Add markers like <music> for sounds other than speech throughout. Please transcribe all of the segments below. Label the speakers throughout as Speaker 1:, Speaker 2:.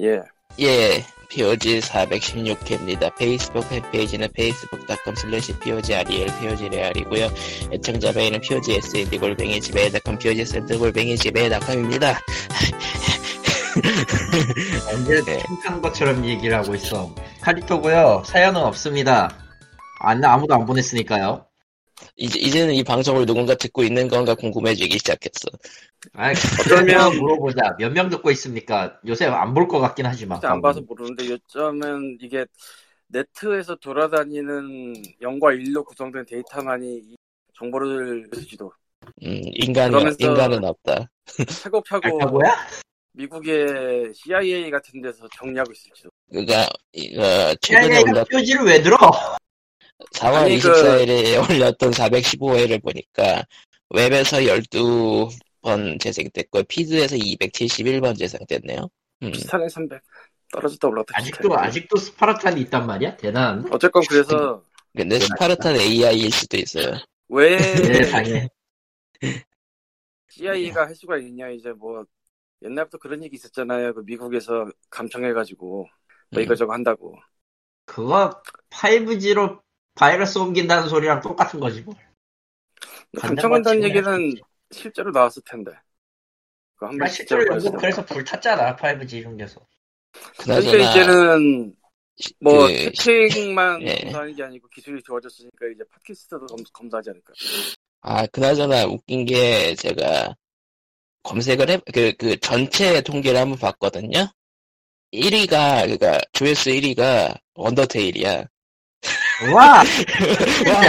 Speaker 1: 예.
Speaker 2: 예, POG 416회입니다. 페이스북 팬페이지는 facebook.com slash POGREL, POGREAL이고요. 애청자 메일은 POGSND 골뱅이 지메일.com, POGSND 골뱅이 지메일.com입니다.
Speaker 3: 완전
Speaker 2: 네.
Speaker 3: 칭찬 것처럼 얘기를 하고 있어. 카리토고요. 사연은 없습니다. 안 아무도 안 보냈으니까요.
Speaker 2: 이제, 이제는 이 방송을 누군가 듣고 있는 건가 궁금해지기 시작했어.
Speaker 3: 아,
Speaker 2: <laughs>
Speaker 3: 그러면 물어보자. 몇 명 듣고 있습니까? 요새 안 볼 것 같긴 하지만.
Speaker 1: 진짜 안 봐서 모르는데 요점은 이게 네트에서 돌아다니는 0과 1로 구성된 데이터만이 이 정보를 주지도
Speaker 2: 음, 인간은,
Speaker 1: 그러면서-
Speaker 2: 인간은 없다.
Speaker 3: 아,
Speaker 1: 차곡차곡
Speaker 3: 알타고야?
Speaker 1: 미국의 CIA 같은 데서 정리하고 있을지도
Speaker 3: 음.
Speaker 2: 그니까, 러 어, 최근에 올랐,
Speaker 3: 야야야 표지를 왜 들어?
Speaker 2: 4월
Speaker 1: 아니, 그-
Speaker 2: 24일에 <laughs> 올렸던 415회를 보니까 웹에서 12번 재생됐고 피드에서 271번 재생됐네요. 음,
Speaker 1: 비슷하네 300 떨어졌다 올랐다
Speaker 3: 아직도
Speaker 1: 비슷해.
Speaker 3: 아직도 스파르탄이 있단
Speaker 2: <laughs>
Speaker 3: 말이야? 대단.
Speaker 1: 어쨌건 그래서
Speaker 2: 근데 그러니까 스파르탄 AI일 수도 있어요.
Speaker 1: 왜
Speaker 3: 세상에.
Speaker 1: CIA가 할 수가 있냐 이제 뭐 옛날부터 그런 얘기 있었잖아요 그 미국에서 감청해가지고 뭐
Speaker 2: 음.
Speaker 1: 이거저거 한다고
Speaker 3: 그거 5G로 바이러스 옮긴다는 소리랑 똑같은 거지 뭐.
Speaker 1: 감청한다는
Speaker 3: 반대방침이야.
Speaker 1: 얘기는 실제로 나왔을 텐데 그거 한번
Speaker 3: 나 아, 실제로
Speaker 1: 보여주세요.
Speaker 3: 영국 그래서 불탔잖아
Speaker 2: <laughs>
Speaker 3: 5G 중에서.
Speaker 1: 근데
Speaker 2: 그나저나
Speaker 1: 그러니까 이제는 뭐
Speaker 2: 그러니까 그-
Speaker 1: 채팅만
Speaker 2: 예.
Speaker 1: 검사하는 게 아니고 기술이 좋아졌으니까 이제 팟캐스트도 검, 검사하지 않을까.
Speaker 2: 아 그나저나 웃긴 게 제가 검색을 해그 그 전체 통계를 한번 봤거든요. 1위가 그러니까 조회수 1위가 언더테일이야. <laughs>
Speaker 3: 와.
Speaker 2: 와,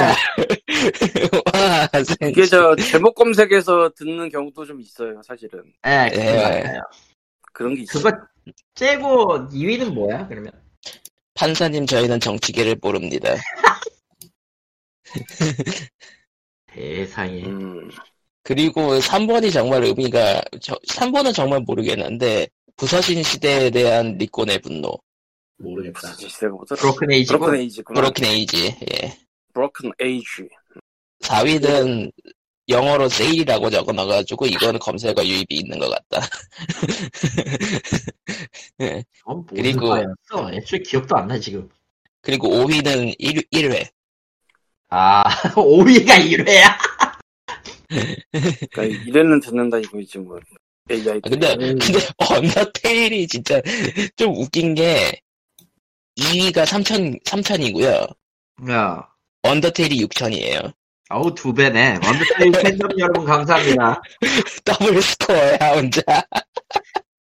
Speaker 2: 와, 생-
Speaker 1: 이게 저 제목 검색에서 듣는 경우도 좀 있어요, 사실은.
Speaker 3: <laughs> 예.
Speaker 2: 예.
Speaker 3: 그거 맞아요.
Speaker 1: 그런 게 있어요.
Speaker 3: 그거 째고 2위는 뭐야 그러면?
Speaker 2: 판사님 저희는 정치계를 모릅니다.
Speaker 3: 세상에.
Speaker 1: 음,
Speaker 2: 그리고 3번이 정말 의미가, 저, 3번은 정말 모르겠는데, 부서진 시대에 대한 리콘의 분노.
Speaker 3: 모르겠다.
Speaker 1: 무슨 시대가 뭐죠?
Speaker 3: 브로큰 에이지.
Speaker 1: 브로큰 에이지구나.
Speaker 2: 브로큰 에이지, 예.
Speaker 1: 브로큰 에이지.
Speaker 2: 4위는 영어로 세일이라고 적어놔가지고, 이건 검색어 유입이 있는 것 같다. <laughs>
Speaker 3: 어,
Speaker 2: 그리고-
Speaker 3: 그리고 어 애초에 기억도 안 나 지금.
Speaker 2: 그리고 5위는 1, 일회
Speaker 3: 아 <laughs> 5위가 1회야.
Speaker 1: 그러니까 이래는 듣는다 이거지 뭐. AI.
Speaker 2: 아, 근데,
Speaker 3: 음.
Speaker 2: 근데, <laughs> 언더테일이 진짜 좀 웃긴 게, 2위가 3천, 3천이고요.
Speaker 3: 야.
Speaker 2: 언더테일이 6천이에요. <laughs>
Speaker 3: 어우 두 배네. 완벽한 팬덤 여러분 감사합니다.
Speaker 2: 더블 스코어야, 혼자.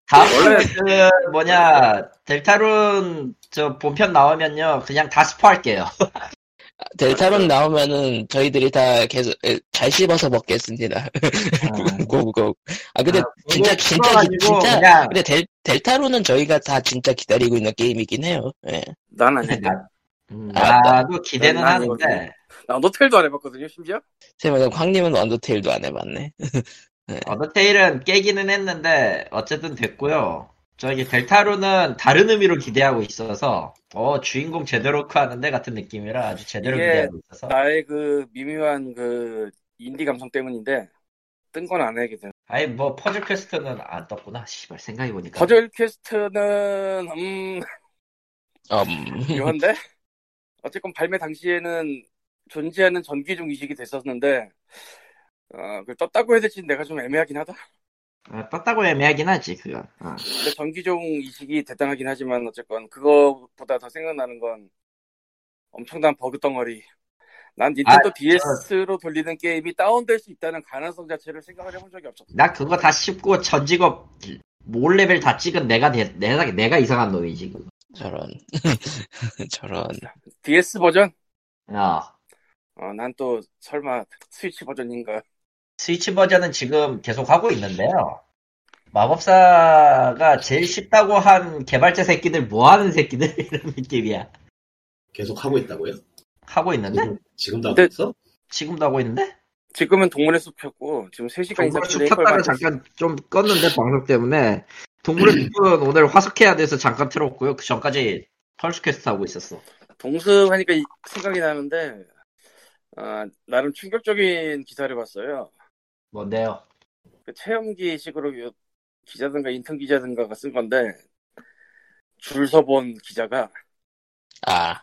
Speaker 3: 다음 원래 그 뭐냐 델타룬 저 본편 나오면요 그냥 다 스포할게요.
Speaker 2: 델타론 나오면은 저희들이 다 계속 에, 잘 씹어서 먹겠습니다. <laughs> 고고고. 아 근데
Speaker 3: 아,
Speaker 2: 어, 진짜
Speaker 3: 그거
Speaker 2: 진짜 기-
Speaker 3: 풀어가지고
Speaker 2: 진짜
Speaker 3: 그냥
Speaker 2: 근데 델 델타론은 저희가 다 진짜 기다리고 있는 게임이긴 해요. 예.
Speaker 1: 난 아닌데.
Speaker 3: 나- 음,
Speaker 2: 아,
Speaker 3: 나도 기대는
Speaker 1: 난
Speaker 3: 하는데
Speaker 1: 나 노텔도 아, 안 해봤거든요, 심지어.
Speaker 2: 세면 광님은 언더테일도 안 해봤네.
Speaker 3: 어더테일은 깨기는 했는데 어쨌든 됐고요. 저기 델타룬은 다른 의미로 기대하고 있어서 어 주인공 제대로 크하는데 같은 느낌이라 아주 제대로
Speaker 1: 이게
Speaker 3: 기대하고 있어서
Speaker 1: 나의 그 미묘한 그 인디 감성 때문인데 뜬 건 안 하게 돼.
Speaker 3: 아니 뭐 퍼즐 퀘스트는 안 떴구나. 씨발 생각해 보니까.
Speaker 1: 버즐 퀘스트는 음
Speaker 2: 음.
Speaker 1: 묘한데 어쨌건 발매 당시에는 존재하는 전기 중 이식이 됐었는데 어, 그걸 떴다고 해야 될지 내가 좀 애매하긴 하다.
Speaker 3: 아, 떴다고 애매하긴 하지 그건. 어.
Speaker 1: 근데 전기종 이식이 대단하긴 하지만 어쨌건 그거보다 더 생각나는 건 엄청난 버그 덩어리. 난
Speaker 3: 아,
Speaker 1: 닌텐도 DS로 돌리는 게임이 다운될 수 있다는 가능성 자체를 생각을 해본 적이 없었어.
Speaker 3: 나 그거 다 씹고 전 직업 몰 레벨 다 찍은 내가 대- 내가 내가 이상한 놈이지. 그거.
Speaker 2: 저런 <laughs> 저런.
Speaker 1: DS 버전?
Speaker 3: 어.
Speaker 1: 어, 난 또 설마 스위치 버전인가?
Speaker 3: 스위치 버전은 지금 계속 하고 있는데요. 마법사가 제일 쉽다고 한 개발자 새끼들 뭐 하는 새끼들 <laughs> 이런 느낌이야.
Speaker 4: 계속 하고 있다고요?
Speaker 3: 하고 있는데?
Speaker 4: 지금, 지금도 하고
Speaker 1: 근데-
Speaker 4: 있어?
Speaker 3: 지금도 하고 있는데?
Speaker 1: 지금은 동물의 숲 폈고 지금 3시간 그러니까
Speaker 3: 동물의
Speaker 1: 이상
Speaker 3: 숲
Speaker 1: 플레이 걸
Speaker 3: 켰다가
Speaker 1: 만들 수
Speaker 3: 잠깐 좀 껐는데 방송 때문에 동물의 숲은 오늘 화석해야 돼서 잠깐 틀었고요. 그 전까지 펄스 퀘스트 하고 있었어.
Speaker 1: 동습하니까 이- 생각이 나는데 아, 나름 충격적인 기사를 봤어요.
Speaker 3: 뭔데요?
Speaker 1: 그 체험기식으로 요- 기자든가 인턴 기자든가가 쓴 건데 줄 서본 기자가
Speaker 2: 아,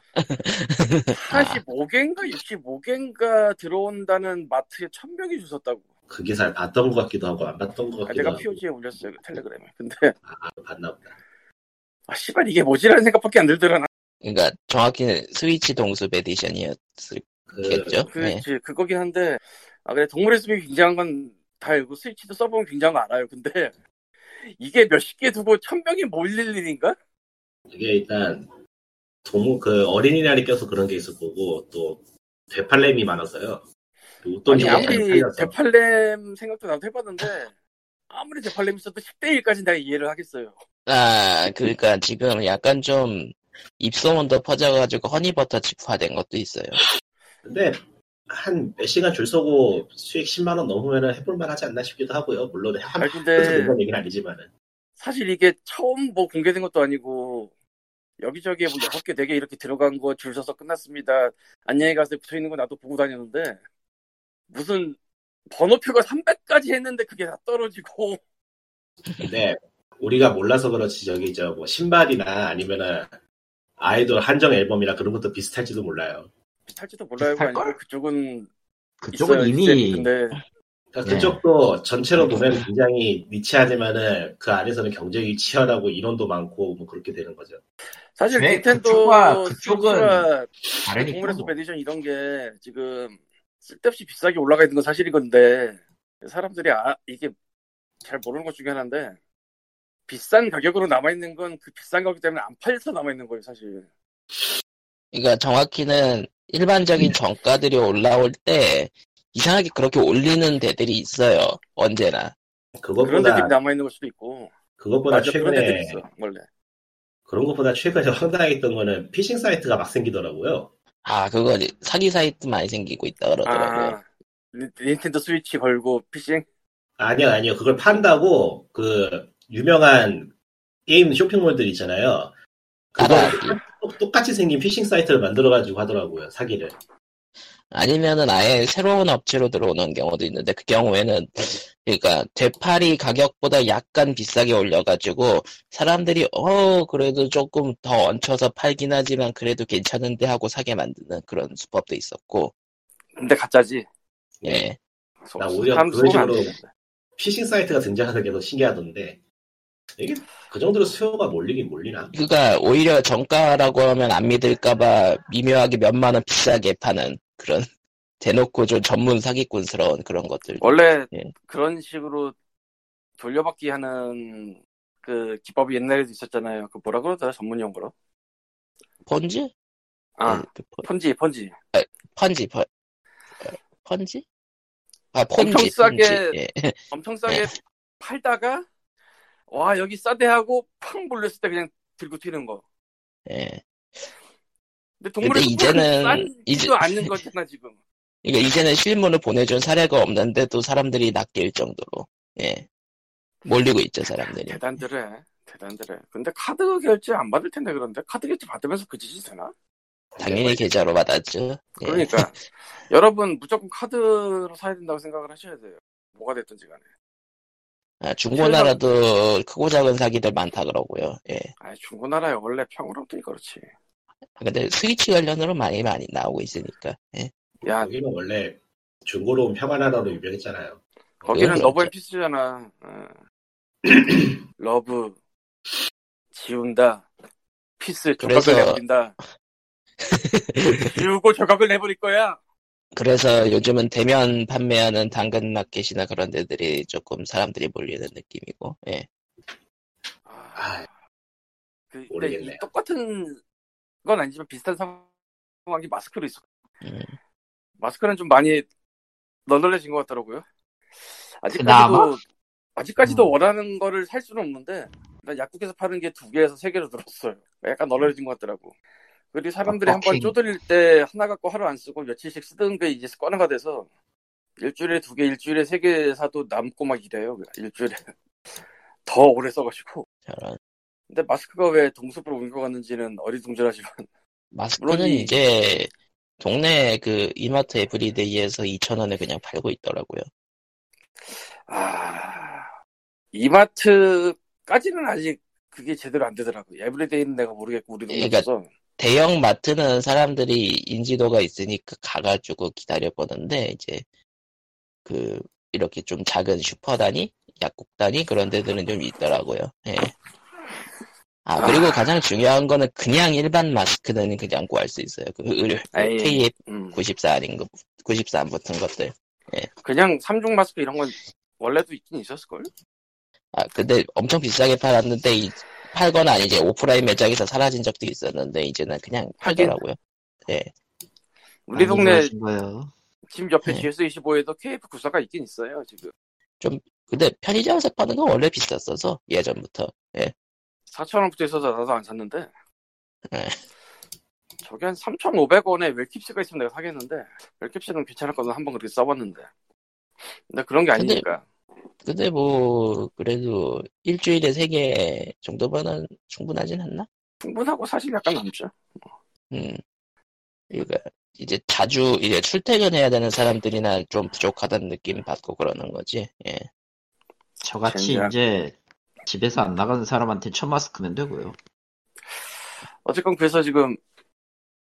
Speaker 1: 45개인가 65개인가 들어온다는 마트에 1000명이 주셨다고. 아,
Speaker 4: 그 기사를 봤던 것 같기도 하고 안 봤던 것 같기도
Speaker 1: 내가
Speaker 4: 하고
Speaker 1: POG에 올렸어요, 텔레그램에. 근데,
Speaker 4: 아, 봤나 보다.
Speaker 1: 아, 씨발, 이게 뭐지라는 생각밖에 안 들더라. 나.
Speaker 2: 그러니까 정확히는 스위치 동숲 에디션이었겠죠?
Speaker 4: 그,
Speaker 2: 네.
Speaker 1: 그렇지, 그거긴 한데, 아, 근데 동물의 숲이 굉장한 건 다 알고, 스위치도 써보면 굉장한 거 알아요. 근데, <laughs> 이게 몇십 개 두고 1000명이 몰릴 일인가?
Speaker 4: 이게 일단 동무 그 어린이날이 껴서 그런 게 있을 거고 또 되팔렘이 많았어요. 웃돈이
Speaker 1: 아니,
Speaker 2: 이거
Speaker 1: 아무리
Speaker 4: 팔려서
Speaker 1: 대팔렘 생각도 나도 해봤는데, 아무리 대팔렘 있어도 10대1까지는 내가 이해를 하겠어요.
Speaker 2: 아, 그러니까 지금 약간 좀 입소문도 퍼져가지고 허니버터 칩화된 것도 있어요.
Speaker 4: 근데 한 몇 시간 줄 서고 수익 10만 원 넘으면 해볼만 하지 않나 싶기도 하고요. 물론
Speaker 1: 아,
Speaker 4: 한 그래서
Speaker 1: 근데,
Speaker 4: 그런 얘기는 아니지만은
Speaker 1: 사실 이게 처음 뭐 공개된 것도 아니고 여기저기에 뭐 여섯 개, 네 개 이렇게 들어간 거 줄 서서 끝났습니다. 안녕히 가세요 붙어 있는 거 나도 보고 다녔는데 무슨 번호표가 300까지 했는데 그게 다 떨어지고
Speaker 4: 근데 우리가 몰라서 그렇지 저기 저 뭐 신발이나 아니면은 아이돌 한정 앨범이나 그런 것도 비슷할지도 몰라요.
Speaker 1: 할지도 몰라요.
Speaker 3: 비슷할걸?
Speaker 1: 아니고 그쪽은
Speaker 3: 그쪽은
Speaker 1: 있어요,
Speaker 3: 이미
Speaker 1: 이제. 근데 네.
Speaker 4: 그러니까 그쪽도 전체로 보면 굉장히 니치하지만은 그 안에서는 경쟁이 치열하고 인원도 많고 뭐 그렇게 되는 거죠.
Speaker 1: 사실
Speaker 3: 왜
Speaker 1: 닌텐도
Speaker 3: 그쪽과
Speaker 1: 스위치와
Speaker 3: 다르니까.
Speaker 1: 동물에서
Speaker 3: 뭐.
Speaker 1: 베디션 이런 게 지금 쓸데없이 비싸게 올라가 있는 건 사실인 건데 사람들이 아 이게 잘 모르는 것 중에 하나인데 비싼 가격으로 남아 있는 건 그 비싼 거기 때문에 안 팔려서 남아 있는 거예요 사실.
Speaker 2: 그러니까 정확히는 일반적인 정가들이 올라올 때 이상하게 그렇게 올리는 데들이 있어요. 언제나.
Speaker 1: 그런
Speaker 4: 그것보다
Speaker 1: 데들이 남아 있는 걸 수도 있고
Speaker 4: 그것보다
Speaker 1: 맞아 그런 데들이
Speaker 4: 최근에
Speaker 1: 있어 원래.
Speaker 4: 그런 것보다 최근에 <laughs> 황당했던 거는 피싱 사이트가 막 생기더라고요.
Speaker 2: 아, 그거 사기 사이트 많이 생기고 있다 그러더라고요.
Speaker 1: 아 닌- 닌텐도 스위치 걸고 피싱
Speaker 4: 아니요, 아니요. 그걸 판다고 그 유명한 게임 쇼핑몰들 있잖아요. 그거
Speaker 2: 따라
Speaker 4: 똑같이 생긴 피싱 사이트를 만들어가지고 하더라고요, 사기를.
Speaker 2: 아니면은 아예 새로운 업체로 들어오는 경우도 있는데 그 경우에는 그러니까 되팔이 가격보다 약간 비싸게 올려가지고 사람들이 어 그래도 조금 더 얹혀서 팔긴 하지만 그래도 괜찮은데 하고 사게 만드는 그런 수법도 있었고
Speaker 1: 근데 가짜지.
Speaker 2: 예
Speaker 1: 소-
Speaker 4: 나 오히려
Speaker 1: 사람
Speaker 4: 그런
Speaker 1: 속으면 안
Speaker 4: 식으로-
Speaker 1: 되는데.
Speaker 4: 피싱 사이트가 등장하는 게 더 신기하던데 이게 그 정도로 수요가 몰리긴 몰리나?
Speaker 2: 그러니까 오히려 정가라고 하면 안 믿을까봐 미묘하게 몇만 원 비싸게 파는 그런 <laughs> 대놓고 좀 전문 사기꾼스러운 그런 것들
Speaker 1: 원래
Speaker 2: 예.
Speaker 1: 그런 식으로 돌려받기 하는 그 기법이 옛날에도 있었잖아요. 그 뭐라 그러더라 전문 용어로.
Speaker 2: 펀지?
Speaker 1: 아,
Speaker 2: 그 펀-
Speaker 1: 펀지, 펀지.
Speaker 2: 펀지 펀 펀지? 아 펀지
Speaker 1: 엄청 싸게-
Speaker 2: 펀지, 예.
Speaker 1: 엄청 싸게 팔다가, 와, 여기 싸대 하고, 팡 몰렸을 때 그냥 들고 튀는 거.
Speaker 2: 예.
Speaker 1: 근데 동물의
Speaker 2: 근데
Speaker 1: 숲은
Speaker 2: 이제는-
Speaker 1: 싼지도
Speaker 2: 이제-
Speaker 1: 않는 거잖아,
Speaker 2: <laughs>
Speaker 1: 지금.
Speaker 2: 그러니까 이제는 실물을 보내준 사례가 없는데도 사람들이 낚일 정도로 예 몰리고 있죠 사람들이
Speaker 1: 대단들해. 대단들해. 근데 카드 결제 안 받을 텐데, 그런데? 카드 결제 받으면서 그 짓이 되나?
Speaker 2: 당연히 계좌로 받았죠 예.
Speaker 1: 그러니까. 여러분, 무조건 카드로 사야 된다고 생각을 하셔야 돼요. 뭐가 됐든지 간에.
Speaker 2: 아, 중고나라도 크고 작은 사기들 많다 그러고요 예
Speaker 1: 아 중고나라에 원래 평화롭더니 그렇지.
Speaker 2: 아, 근데 스위치 관련으로 많이 많이 나오고 있으니까 예
Speaker 1: 야,
Speaker 4: 여기는 원래 중고로 온 평안하라로 유명했잖아요.
Speaker 1: 거기는
Speaker 2: 그건
Speaker 1: 러브
Speaker 2: 그렇죠.
Speaker 1: 앤 피스잖아. 어. <clears throat> 러브 지운다. 피스
Speaker 2: 그래서-
Speaker 1: 조각을
Speaker 2: <laughs>
Speaker 1: 내버린다. 지우고 조각을 내버릴 거야.
Speaker 2: 그래서 요즘은 대면 판매하는 당근마켓이나 그런 데들이 조금 사람들이 몰리는 느낌이고 예
Speaker 1: 아,
Speaker 4: 아,
Speaker 1: 그, 근데 이
Speaker 4: 모르겠네요.
Speaker 1: 똑같은 건 아니지만 비슷한 상황이 마스크로 있어.
Speaker 2: 음.
Speaker 1: 마스크는 좀 많이 널널해진 것 같더라고요.
Speaker 3: 그나마?
Speaker 1: 아직까지도 아직까지도
Speaker 4: 음.
Speaker 1: 원하는 거를 살 수는 없는데 난 약국에서 파는 게 두 개에서 세 개로 들었어요. 약간 널널해진 것 같더라고. 그리고 사람들이
Speaker 4: 아,
Speaker 1: 한 번
Speaker 3: 어떡해.
Speaker 1: 쪼들릴 때 하나 갖고 하루 안 쓰고 며칠씩 쓰던 게 이제 습관화가 돼서 일주일에 두 개, 일주일에 세 개 사도 남고 막 이래요. 일주일에 <laughs> 더 오래 써가지고.
Speaker 2: 저런
Speaker 1: 근데 마스크가 왜 동숲으로 옮겨갔는지는 어리둥절하지만 <laughs>
Speaker 2: 마스크는
Speaker 1: 물론 이-
Speaker 2: 이제 동네 그 이마트 에브리데이에서 2,000원에 그냥 팔고 있더라고요
Speaker 1: 아 이마트까지는 아직 그게 제대로 안 되더라고. 에브리데이는 내가 모르겠고 우리도
Speaker 2: 그러니까
Speaker 1: 몰라서.
Speaker 2: 대형 마트는 사람들이 인지도가 있으니까 가가지고 기다려보는데 이제 그 이렇게 좀 작은 슈퍼 단위, 약국 단위 그런 데들은 좀 있더라고요. 예. 아 그리고 가장 중요한 거는 그냥 일반 마스크는 그냥 구할 수 있어요. 그 의료
Speaker 1: 아이.
Speaker 2: KF
Speaker 1: 음.
Speaker 2: 94 아닌 거, 94안 붙은 것들.
Speaker 1: 그냥 삼중 마스크 이런 건 원래도 있긴 있었을걸?
Speaker 2: 아 근데 엄청 비싸게 팔았는데 이- 팔거나 아니 이제 오프라인 매장에서 사라진 적도 있었는데 이제는 그냥
Speaker 1: 하긴.
Speaker 2: 팔더라고요.
Speaker 3: 많이
Speaker 1: 우리 동네
Speaker 3: 그러신 거예요.
Speaker 1: 집 옆에
Speaker 2: 네.
Speaker 1: GS25에도 KF94가 있긴 있어요, 지금.
Speaker 2: 근데 편의점에서 파는 건 원래 비쌌어서 예전부터
Speaker 1: 4,000원부터 있어서 나도 안 샀는데.
Speaker 2: 네.
Speaker 1: 저게 한 3,500원에 웰킵스가 있으면 내가 사겠는데, 웰킵스는 괜찮았거든. 한번 그렇게 써봤는데. 근데 그런 게
Speaker 2: 근데-
Speaker 1: 아니니까.
Speaker 2: 근데 뭐 그래도 일주일에 세 개 정도면은 충분하진 않나?
Speaker 1: 충분하고 사실 약간 남죠.
Speaker 2: 음. 그러니까 이제 자주 이제 출퇴근해야 되는 사람들이나 좀 부족하다는 느낌 받고 그러는 거지. 예.
Speaker 3: 저같이
Speaker 1: 젠장.
Speaker 3: 이제 집에서 안 나가는 사람한테 첫 마스크면 되고요.
Speaker 1: 어쨌건 그래서 지금,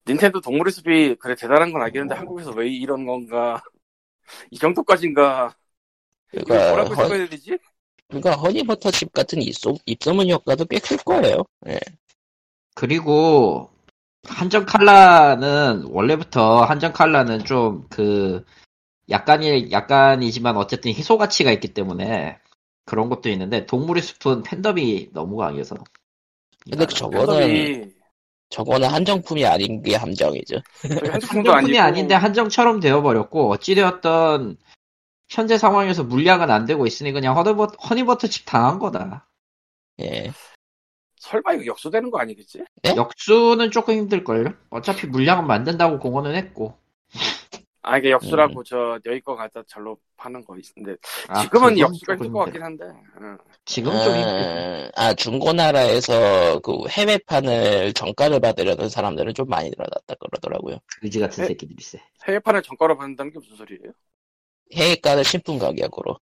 Speaker 1: 닌텐도 동물의 숲이 그래 대단한 건 알겠는데 한국에서 왜 이런 건가 <laughs> 이 정도까지인가 이걸
Speaker 2: 그러니까
Speaker 1: 뭐라고
Speaker 2: 헌,
Speaker 1: 해석해야 되지?
Speaker 2: 그러니까 허니버터칩 같은 입소, 입소문 효과도 꽤 클 거예요. 예.
Speaker 3: 그리고 한정 칼라는 원래부터 한정 칼라는 좀 그 약간이 약간이지만 어쨌든 희소 가치가 있기 때문에 그런 것도 있는데 동물의 숲은 팬덤이 너무 강해서.
Speaker 2: 근데 저거는
Speaker 1: 팬덤이
Speaker 2: 저거는 한정품이 아닌 게 함정이죠.
Speaker 1: 저기 한정품도
Speaker 3: 한정품이
Speaker 1: 아니고
Speaker 3: 아닌데 한정처럼 되어버렸고 어찌되었던 현재 상황에서 물량은 안 되고 있으니 그냥 허니버, 허니버터칩 당한 거다.
Speaker 2: 예.
Speaker 1: 설마 이거 역수되는 거 아니겠지?
Speaker 2: 네?
Speaker 3: 역수는 조금 힘들걸요? 어차피 물량은 만든다고 공언은 했고.
Speaker 1: 아 이게
Speaker 2: 음.
Speaker 1: 역수라고 저 여의껏 갖다 절로 파는 거 있는데
Speaker 3: 아,
Speaker 1: 지금은
Speaker 3: 그건
Speaker 1: 역수가
Speaker 3: 조금
Speaker 1: 힘들 것 같긴
Speaker 3: 힘들어.
Speaker 1: 한데 응.
Speaker 3: 지금 좀 힘들고.
Speaker 2: 아, 아, 중고나라에서 그 해외판을 정가를 받으려는 사람들은 좀 많이 늘어났다 그러더라고요.
Speaker 3: 의지 같은
Speaker 1: 에?
Speaker 3: 새끼들이 세.
Speaker 1: 해외판을 정가로 받는다는 게 무슨 소리예요?
Speaker 2: 해외가를 신품 가격으로.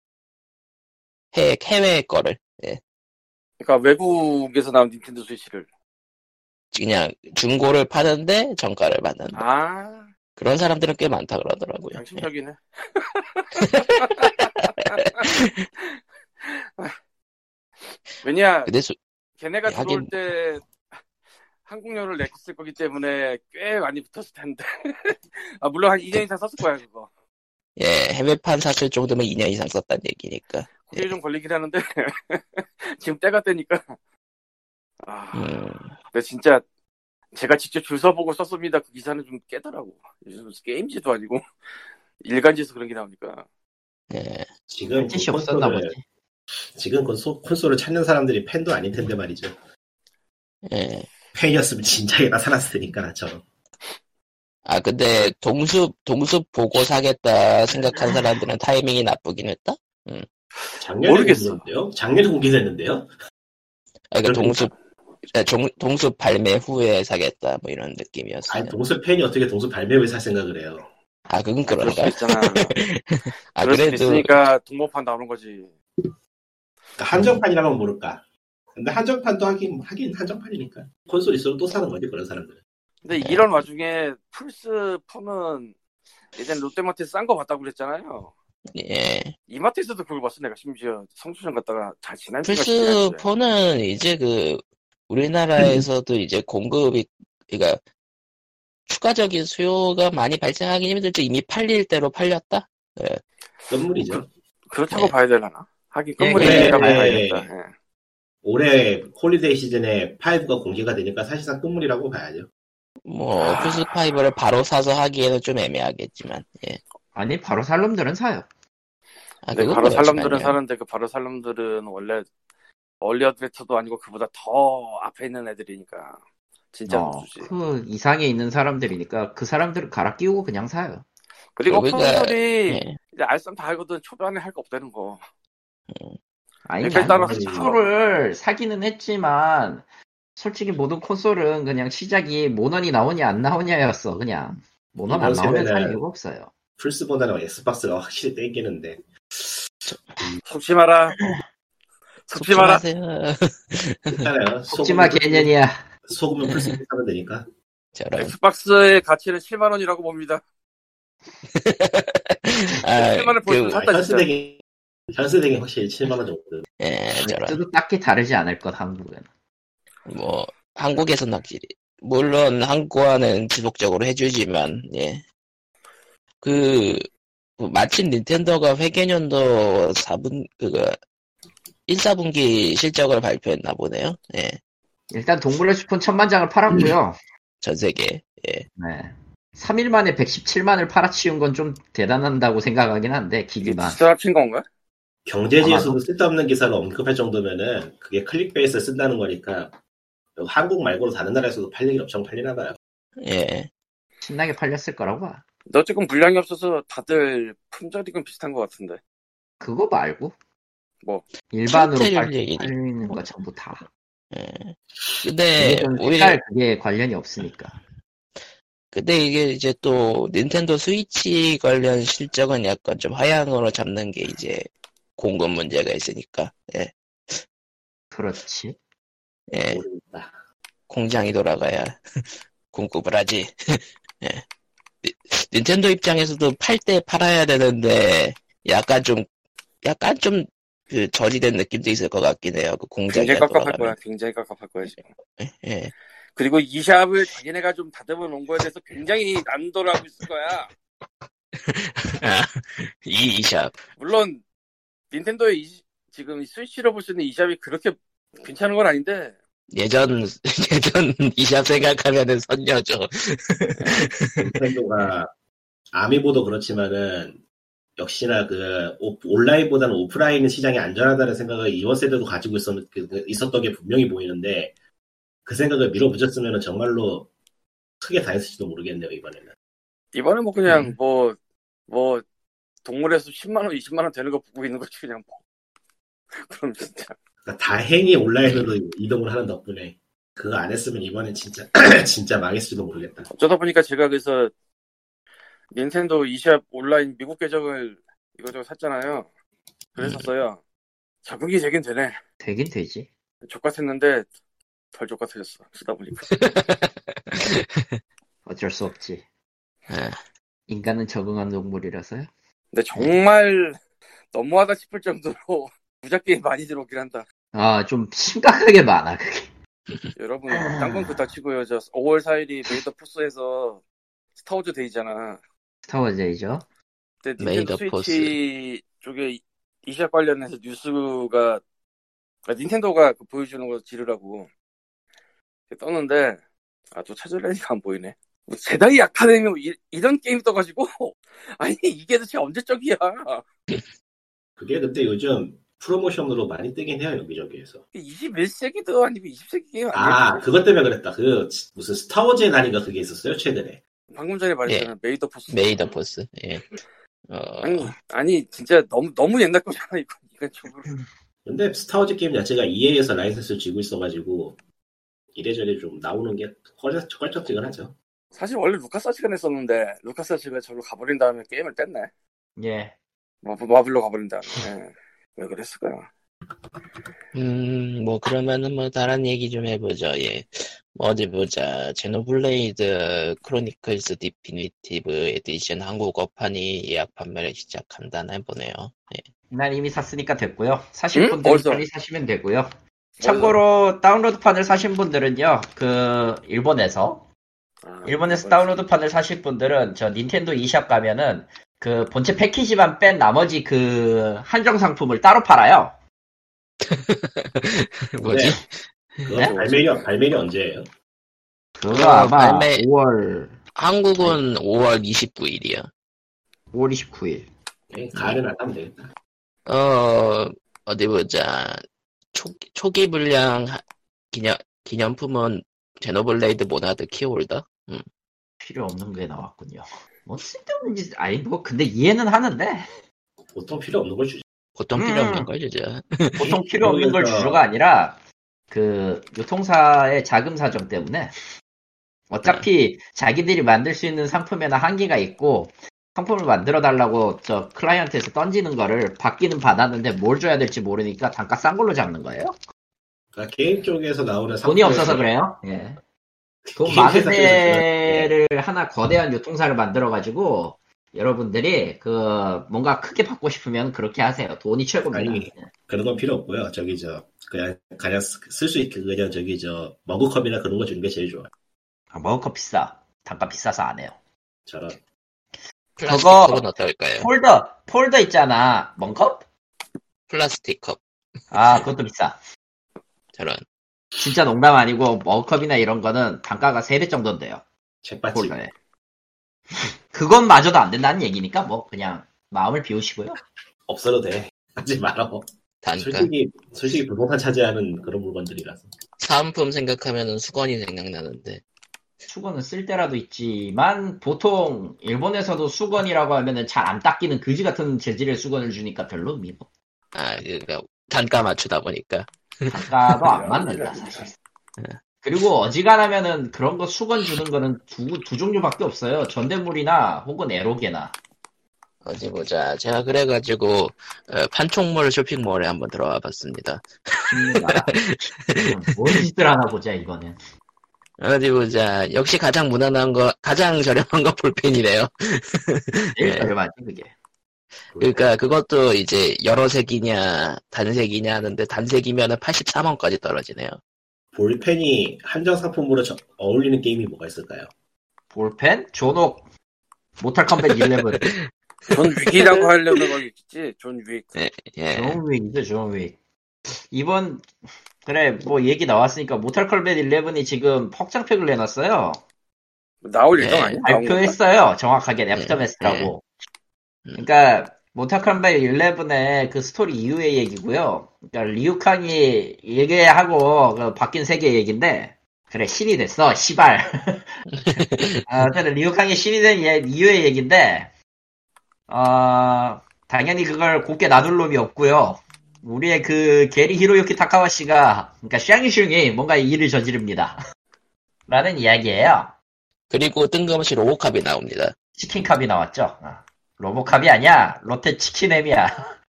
Speaker 2: 해외, 해외 거를.
Speaker 1: 그러니까 외국에서 나온 닌텐도 스위치를
Speaker 2: 그냥 중고를 파는데 정가를 받는다.
Speaker 1: 아
Speaker 2: 그런 사람들은 꽤 많다 그러더라고요. 예. <laughs>
Speaker 1: 양심적이네 왜냐
Speaker 2: 근데 수-
Speaker 1: 걔네가
Speaker 2: 예, 하긴-
Speaker 1: 들어올 때 한국료를 냈을 거기 때문에 꽤 많이 붙었을 텐데 <laughs> 아 물론 한 2년 이상 썼을 거야 그거
Speaker 2: 예, 해외판 샀을 정도면 2년 이상 썼단 얘기니까.
Speaker 1: 그게 좀 걸리긴 하는데 <laughs> 지금 때가 때니까 아
Speaker 2: 음,
Speaker 1: 근데 진짜 제가 직접 줄 서보고 썼습니다. 그 기사는 좀 깨더라고. 요즘 게임지도 아니고 <laughs> 일간지에서 그런 게 나오니까.
Speaker 2: 예.
Speaker 4: 지금 그
Speaker 3: 뜻이 없었나
Speaker 4: 콘솔을
Speaker 3: 보지.
Speaker 4: 지금 콘솔, 콘솔을 찾는 사람들이 팬도 아닐 텐데 말이죠.
Speaker 2: 예.
Speaker 4: 팬이었으면 진작에 나타났을 테니까 나처럼.
Speaker 2: 아, 근데 동숲, 동숲 보고 사겠다 생각한 사람들은 타이밍이 나쁘긴 했다?
Speaker 4: 작년에
Speaker 1: 모르겠어.
Speaker 4: 공개됐는데요? 작년에 공개됐는데요?
Speaker 2: 아, 그러니까
Speaker 4: 그러니까.
Speaker 2: 동숲, 아, 종- 동숲 발매 후에 사겠다, 뭐 이런 느낌이었어요.
Speaker 4: 아니 동수 팬이 어떻게 동수 발매를 살 생각을 해요?
Speaker 2: 아, 그건
Speaker 1: 그럴 수도
Speaker 2: 그런가?
Speaker 1: 있잖아.
Speaker 2: 아,
Speaker 1: 그럴 수도
Speaker 2: 그래도,
Speaker 1: 있으니까 동모판 나오는 거지.
Speaker 4: 그러니까 한정판이라면 모를까. 근데 한정판도 하긴 하긴 한정판이니까 콘솔 있으면 또 사는 거지 그런 사람들은.
Speaker 1: 근데
Speaker 2: 네.
Speaker 1: 이런 와중에 플스 폰은 예전에 롯데마트에서 싼 거 봤다고 그랬잖아요.
Speaker 2: 예.
Speaker 1: 이마트에서도 그걸 봤어 내가 심지어 성수점 갔다가 잘 지난
Speaker 2: 플스4는 이제 그, 우리나라에서도 이제 공급이, 그러니까, 추가적인 수요가 많이 발생하기 힘들죠. 이미 팔릴 대로 팔렸다?
Speaker 4: 선물이죠.
Speaker 1: 그렇다고
Speaker 2: 네.
Speaker 1: 봐야 되려나? 하긴
Speaker 3: 예,
Speaker 1: 끝물이라고
Speaker 4: 예,
Speaker 2: 아,
Speaker 4: 예,
Speaker 1: 봐야겠다. 예.
Speaker 4: 올해 홀리데이 시즌에 5가 공개가 되니까 사실상 끝물이라고 봐야죠.
Speaker 2: 뭐,
Speaker 1: 아.
Speaker 2: 플스5를 바로 사서 하기에는 좀 애매하겠지만, 예.
Speaker 3: 아니 바로 살 놈들은 사요.
Speaker 2: 아,
Speaker 1: 근데
Speaker 2: 그건
Speaker 1: 네, 바로
Speaker 2: 그렇지만요.
Speaker 1: 살람들은 사는데 그 바로 살람들은 원래 얼리어드레터도 아니고 그보다 더 앞에 있는 애들이니까 진짜
Speaker 3: 어,
Speaker 1: 못주지
Speaker 3: 그 이상에 있는 사람들이니까 그 사람들을 갈아 끼우고 그냥 사요.
Speaker 1: 그리고
Speaker 2: 그러니까,
Speaker 1: 콘솔이
Speaker 2: 예.
Speaker 1: 이제 알쌈 다 알거든 초반에 할 거 없다는 거.
Speaker 3: 아니
Speaker 1: 그러니까
Speaker 3: 나는
Speaker 1: 따라서
Speaker 3: 콘솔을 사기는 했지만 솔직히 모든 콘솔은 그냥 시작이 모넌이 나오냐 안 나오냐였어 그냥 모넌 안 나오면 살
Speaker 4: 요새는-
Speaker 3: 이유가 없어요.
Speaker 4: 플스보다는 엑스박스가 확실히 땡기는데
Speaker 2: 어.
Speaker 1: 속지 마라. 속지 마라.
Speaker 4: 괜찮아요.
Speaker 3: 속지마
Speaker 4: 소금은
Speaker 3: 개년이야.
Speaker 4: 풀- 소금은 풀스틱 하면 되니까.
Speaker 2: <laughs>
Speaker 1: 네,
Speaker 2: 저런.
Speaker 1: 엑스박스의 가치는 7만 원이라고 봅니다.
Speaker 2: 아,
Speaker 1: 실망을 보여주는
Speaker 2: 그,
Speaker 1: 사람.
Speaker 4: <laughs> 아, 현세대기 현세대기 확실히 7만 원 정도.
Speaker 2: 예, 저런.
Speaker 3: 뜻도 딱히 다르지 않을 것 한국은.
Speaker 2: 뭐, 한국에서는 확실히. 물론, 한국화는 지속적으로 해주지만, 예. 그, 그 마침 닌텐도가 회계년도 4분, 그거, 1, 4분기 실적을 발표했나 보네요. 예.
Speaker 3: 일단 동물의 숲은 천만 장을 팔았고요.
Speaker 2: 전 세계.
Speaker 1: 음.
Speaker 3: 네. 3일 만에 117만을 팔아치운 건 좀 대단한다고 생각하긴 한데
Speaker 1: 이게
Speaker 3: 기기만.
Speaker 1: 디지털 합친 건가?
Speaker 4: 경제지에서도 쓸데없는 기사를 언급할 정도면은 그게 클릭베이스에 쓴다는 거니까 한국 말고도 다른 나라에서도 팔리긴 엄청 팔리나 봐요.
Speaker 2: 예.
Speaker 3: 신나게 팔렸을 거라고 봐.
Speaker 1: 근데 어쨌건 물량이 없어서 다들 품절이건 비슷한 것 같은데.
Speaker 3: 그거 말고.
Speaker 1: 뭐.
Speaker 3: 일반으로
Speaker 2: 칵테일
Speaker 3: 팔-
Speaker 2: 얘기니.
Speaker 3: 팔리는 거가 전부 다.
Speaker 2: 예. 근데,
Speaker 3: 이게 좀
Speaker 2: 오히려,
Speaker 3: 색깔 그게 관련이 없으니까.
Speaker 2: 근데 이게 이제 또, 닌텐도 스위치 관련 실적은 약간 좀 하향으로 잡는 게 이제, 공급 문제가 있으니까, 예.
Speaker 3: 그렇지.
Speaker 2: 예.
Speaker 4: 모르겠다.
Speaker 2: 공장이 돌아가야 <laughs> 공급을 하지. <laughs> 예. 니- 닌텐도 입장에서도 팔 때 팔아야 되는데 약간 좀 약간 좀 그 저지된 느낌도 있을 것 같긴 해요. 그 공장이
Speaker 1: 굉장히 깝깝할 거야.
Speaker 2: 돌아가면.
Speaker 1: 굉장히 깝깝할 거야 지금.
Speaker 2: 예.
Speaker 1: 그리고 이 샵을 자기네가 좀 다듬어 놓은 거에 대해서 굉장히 난도를 하고 있을 거야.
Speaker 2: 이 이샵.
Speaker 1: 물론 닌텐도의 이- 지금 이 스위치로 볼 수 있는 이 샵이 그렇게 괜찮은 건 아닌데
Speaker 2: 예전 <laughs> 예전 이샵 생각하면은 선녀죠.
Speaker 4: 닌텐도가 그러니까 아미보도 그렇지만은 역시나 그 오- 온라인보다는 오프라인 시장이 안전하다는 생각을 이번 세대도 가지고 있었, 그- 그- 있었던 게 분명히 보이는데 그 생각을 밀어붙였으면 정말로 크게 당했을지도 모르겠네요 이번에는
Speaker 1: 이번에 뭐 그냥 뭐 뭐 동물에서 10만 원, 20만 원 되는 거 보고 있는 거지 그냥 뭐. <laughs> 그럼 진짜
Speaker 4: 그러니까 다행히 온라인으로 이동을 하는 덕분에 그거 안 했으면 이번엔 진짜 <clears throat> 진짜 망했을지도 모르겠다
Speaker 1: 어쩌다 보니까 제가 그래서 닌텐도 이샵 온라인 미국 계정을 이거저거 샀잖아요. 그랬었어요. 적응이 되긴 되네.
Speaker 3: 되긴 되지.
Speaker 1: 족같았는데 덜 족같아졌어. 쓰다 보니까.
Speaker 3: 어쩔 수 없지.
Speaker 2: 예.
Speaker 3: 인간은 적응한 동물이라서요.
Speaker 1: 근데 정말 너무하다 싶을 정도로 <laughs> 부자 게임 많이 들어오긴 한다.
Speaker 3: 아, 좀 심각하게 많아, 그게.
Speaker 1: 여러분, 딴건 그다 치고요. 저 5월 4일이 메이더 포스에서 스타워즈 데이잖아.
Speaker 3: 스타워즈이죠.
Speaker 1: 근데
Speaker 2: 메이더
Speaker 1: 닌텐도 스위치 쪽에 이샵 관련해서 뉴스가 그러니까 닌텐도가 그 보여주는 거 지르라고 떴는데 아 또 찾으려니까 안 보이네. 뭐 제다이 아카데미 뭐 이, 이런 게임 떠가지고 <laughs> 아니 이게 도대체 언제적이야?
Speaker 4: 그게 근데 요즘 프로모션으로 많이 뜨긴 해요 여기저기에서
Speaker 1: 21세기도 아니고 20세기 게임 아니야?
Speaker 3: 네.
Speaker 4: 아 그것 때문에 그랬다 그 무슨 스타워즈의 날인가 그게 있었어요 최근에
Speaker 1: 방금 전에 말했잖아 메이더 포스.
Speaker 2: 메이더 포스. 예. 어,
Speaker 1: 아니 아니 진짜 너무 너무 옛날 거잖아 이거 이건 좀
Speaker 4: 근데 스타워즈 게임 자체가 EA에서 라이선스를 쥐고 있어가지고 이래저래 좀 나오는 게 껄쩍- 껄쩍지근하죠.
Speaker 1: 사실 원래 루카사치가 냈었는데 루카사치가 저로 가버린 다음에 게임을 뗐네.
Speaker 3: 예.
Speaker 1: 마- 마블로 뭐, 가버린 다음에 예. 왜 그랬을까요?
Speaker 2: 음, 뭐, 그러면은 뭐, 다른 얘기 좀 해보죠, 예. 뭐 어디 보자. 제노블레이드 크로니클스 디피니티브 에디션 한국어판이 예약 판매를 시작한다나 보네요. 예.
Speaker 3: <laughs> 난 이미 샀으니까 됐고요. 사실
Speaker 1: 응?
Speaker 3: 분들은
Speaker 1: 어디서?
Speaker 3: 빨리 사시면 되고요. 참고로 다운로드판을 사신 분들은요. 그 일본에서
Speaker 1: 아,
Speaker 3: 일본에서
Speaker 2: 네,
Speaker 1: 이건-
Speaker 3: 다운로드판을 사실 분들은 저 닌텐도 이샵 가면은 그 본체 패키지만 뺀 나머지 그 한정 상품을 따로 팔아요.
Speaker 2: 뭐지?
Speaker 4: 그거
Speaker 3: 네?
Speaker 4: 발매일이, 발매일이 언제예요?
Speaker 3: 그거
Speaker 2: 그거
Speaker 3: 아마
Speaker 2: 발매-
Speaker 3: 5월
Speaker 2: 한국은 5월 29일이요.
Speaker 3: 5월 29일. 네.
Speaker 4: 예, 가을에 나가면 되겠다.
Speaker 2: 어, 어디 보자. 초, 초기 분량 하- 기념, 기념품은 제노블레이드 모나드 키홀더? 음,
Speaker 3: 필요 없는 게 나왔군요. 뭐 쓸데없는 짓 아니 뭐 근데 이해는 하는데
Speaker 4: 보통 필요 없는 걸 주죠.
Speaker 2: 보통
Speaker 3: 음.
Speaker 2: 필요 없는 걸 주죠.
Speaker 3: 보통 필요 없는 걸
Speaker 4: 그러니까.
Speaker 3: 주로가 아니라 그 유통사의 자금 사정 때문에 어차피 자기들이 만들 수 있는 상품에는 한계가 있고 상품을 만들어 달라고 저 클라이언트에서 던지는 거를 받기는 받았는데 뭘 줘야 될지 모르니까 단가 싼 걸로 잡는 거예요?
Speaker 4: 그러니까 게임 쪽에서 나오는
Speaker 3: 돈이
Speaker 4: 상품에서-
Speaker 3: 없어서 그래요? 예. 돈
Speaker 4: 게임
Speaker 3: 많은
Speaker 4: 회사 쪽에서 그래요.
Speaker 3: 데를 하나 거대한 유통사를 만들어 가지고 여러분들이 그 뭔가 크게 받고 싶으면 그렇게 하세요. 돈이 최고입니다. 예.
Speaker 4: 아니, 그런 건 필요 없고요. 저기 저 그냥 그냥 쓸 수 있게 그냥 저기 저 머그컵이나 그런 거 주는 게 제일 좋아.
Speaker 3: 아, 먹을 거 비싸. 단가 비싸서 안 해요.
Speaker 4: 저런
Speaker 2: 플라스틱
Speaker 3: 그거-
Speaker 2: 컵은 어떨까요?
Speaker 3: 폴더, 폴더 있잖아. 먼 컵?
Speaker 2: 플라스틱 컵
Speaker 3: 아, 그것도 비싸.
Speaker 2: 저런
Speaker 3: 진짜 농담 아니고 머컵이나 이런 거는 단가가 3배 정도인데요.
Speaker 4: 책받침.
Speaker 3: 폴더에. <laughs> 그건 마저도 안 된다는 얘기니까 뭐 그냥 마음을 비우시고요.
Speaker 4: 없어도 돼. <laughs> 하지 마라.
Speaker 2: 단가
Speaker 4: 솔직히 솔직히 부동산 차지하는 그런 물건들이라서.
Speaker 2: 사은품 생각하면 수건이 생각나는데
Speaker 3: 수건은 쓸 때라도 있지만 보통 일본에서도 수건이라고 하면은 잘 안 닦이는 그지 같은 재질의 수건을 주니까 별로 미어
Speaker 2: 아 그러니까 단가 맞추다 보니까
Speaker 3: 단가도 안 맞는다 사실. 그리고 어지간하면은 그런 거 수건 주는 거는 두, 두 종류밖에 없어요. 전대물이나 혹은 에로게나.
Speaker 2: 어디 보자 제가 그래가지고 어, 판촉물 쇼핑몰에 한번 들어와 봤습니다
Speaker 3: 깁니다. 음, 뭔 짓들 하나 보자 이거는.
Speaker 2: 어디 보자 역시 가장 무난한 거 가장 저렴한 거 볼펜이네요
Speaker 3: 제일
Speaker 2: 예.
Speaker 3: 저렴하지 그게.
Speaker 2: 그러니까 그것도 이제 여러 색이냐 단색이냐 하는데 단색이면은 83원까지 떨어지네요
Speaker 4: 볼펜이 한정 상품으로 저- 어울리는 게임이 뭐가 있을까요?
Speaker 3: 볼펜, 존옥, 모탈 컴뱃 11,
Speaker 1: 아. 존 위기라고 하려는 거겠지. 존 윅.
Speaker 2: 예.
Speaker 3: 존 윅이죠, 존 윅. 이번, 그래, 뭐 얘기 나왔으니까 모탈 컴뱃 11이 지금 확장팩을 내놨어요.
Speaker 1: 뭐 나올 예정
Speaker 2: 예,
Speaker 1: 아니야? 나온 건가?
Speaker 3: 네, 발표했어요. 정확하게
Speaker 2: 예.
Speaker 3: 애프터메스라고. 그러니까 모탈 컴뱃 11의 그 스토리 이후의 얘기고요. 그러니까 리우캉이 얘기하고 그 바뀐 세계 얘기인데 그래 신이 됐어 시발. 아, 저는 리우캉이 신이 된 예- 이유의 얘기인데 어, 당연히 그걸 곱게 나눌 놈이 없고요. 우리의 그 게리 히로유키 타카와 씨가 그러니까 샹이슝이 뭔가 일을 저지릅니다. <laughs> 라는 이야기예요.
Speaker 2: 그리고 뜬금없이 로보캅이 나옵니다
Speaker 3: 치킨캅이 나왔죠. 아, 로보캅이 아니야. 롯데 치킨햄이야. <laughs>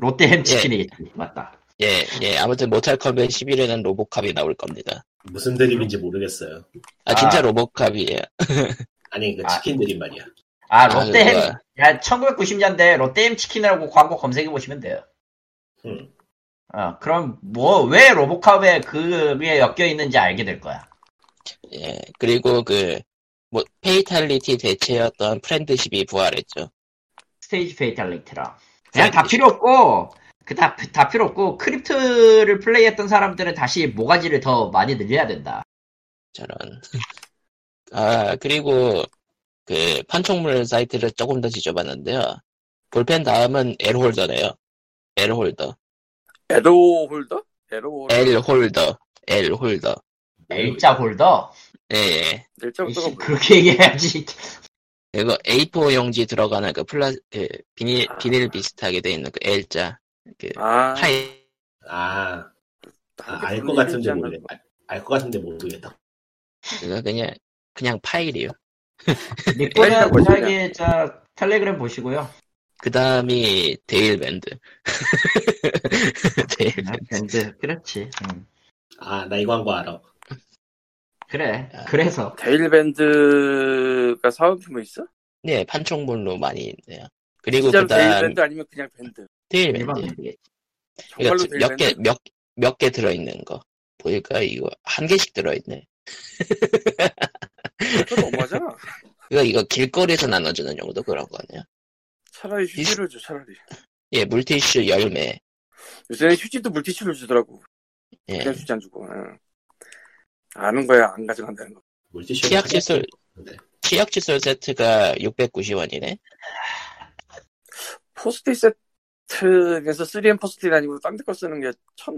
Speaker 3: 롯데햄 치킨이 맞다.
Speaker 2: 예, 예, 아무튼 모탈 컴뱃 11에는 로보캅이 나올 겁니다.
Speaker 4: 무슨 드립인지 모르겠어요.
Speaker 2: 아, 진짜
Speaker 3: 아.
Speaker 2: 로보캅이에요.
Speaker 4: 아니 그
Speaker 3: 아.
Speaker 4: 치킨 드립 말이야.
Speaker 3: 아 롯데햄.
Speaker 2: 아, 그거야.
Speaker 3: 야 1990년대 롯데햄 치킨이라고 광고 검색해 보시면 돼요.
Speaker 4: 음.
Speaker 3: 어 그럼 뭐 왜 로보캅에 그게 엮여 있는지 알게 될 거야.
Speaker 2: 예, 그리고 그, 뭐, 페이탈리티 대체였던 프렌드십이 부활했죠.
Speaker 3: 스테이지 페이탈리티랑 그냥 다 필요 없고 그다 다 필요 없고 크립트를 플레이했던 사람들은 다시 모가지를 더 많이 늘려야 된다.
Speaker 2: 저런. 아, 그리고 그, 판촉물 사이트를 조금 더 지져봤는데요. 볼펜 다음은 L홀더네요. L홀더.
Speaker 1: 에로 홀더? 에로 홀더.
Speaker 2: L홀더. L홀더.
Speaker 3: L자 홀더
Speaker 2: 예, 예.
Speaker 1: 일정도가
Speaker 3: 이씨,
Speaker 1: 뭐야?
Speaker 3: 그렇게 얘기해야지.
Speaker 2: 이거 A4 용지 들어가는 그 플라, 그, 비닐, 비닐 비슷하게 돼 있는 그 L자. 그,
Speaker 1: 아,
Speaker 2: 파이,
Speaker 4: 아, 알
Speaker 1: 알겠어.
Speaker 4: 것 같은데
Speaker 1: 얘기하지
Speaker 4: 모르겠다. 알 것 같은데 모르겠다.
Speaker 2: 그거 그냥, 그냥 파일이요.
Speaker 1: 헬멧
Speaker 3: 니코는
Speaker 1: 보시죠.
Speaker 3: 저기 저 텔레그램 보시고요.
Speaker 2: 그 다음이 데일밴드. <laughs> 데일밴드.
Speaker 3: 네, 밴드 그렇지. 응.
Speaker 2: 음.
Speaker 4: 아, 나 이 광고 알아.
Speaker 3: 그래. 그래서
Speaker 1: 데일밴드가 사은품이 있어?
Speaker 2: 네, 판촉물로 많이 있네요. 그리고 그
Speaker 1: 진짜로
Speaker 2: 다음
Speaker 1: 데일밴드 아니면 그냥 밴드?
Speaker 2: 데일밴드.
Speaker 3: 일반 밴드겠지.
Speaker 1: 정말로
Speaker 2: 이거 몇 개,
Speaker 1: 데일밴드?
Speaker 2: 몇, 몇 개 들어있는 거. 보니까 이거 한 개씩 들어있네.
Speaker 1: 그거
Speaker 2: <laughs>
Speaker 1: 너무하잖아.
Speaker 2: 그러니까 이거, 이거 길거리에서 나눠주는 용도 그런 거네요.
Speaker 1: 차라리 휴지를 줘, 차라리.
Speaker 2: 예, 물티슈 열매.
Speaker 1: 요새는 휴지도 물티슈를 주더라고.
Speaker 2: 예.
Speaker 1: 그냥 휴지 안 주고. 응. 아는 거야, 안 가져간다는 거.
Speaker 4: 물티슈.
Speaker 2: 치약 칫솔,
Speaker 4: 네.
Speaker 2: 치약 칫솔 세트가 690원이네.
Speaker 1: 포스트잇 세트에서 3M 포스트잇 아니고 딴 데 거 쓰는 게 천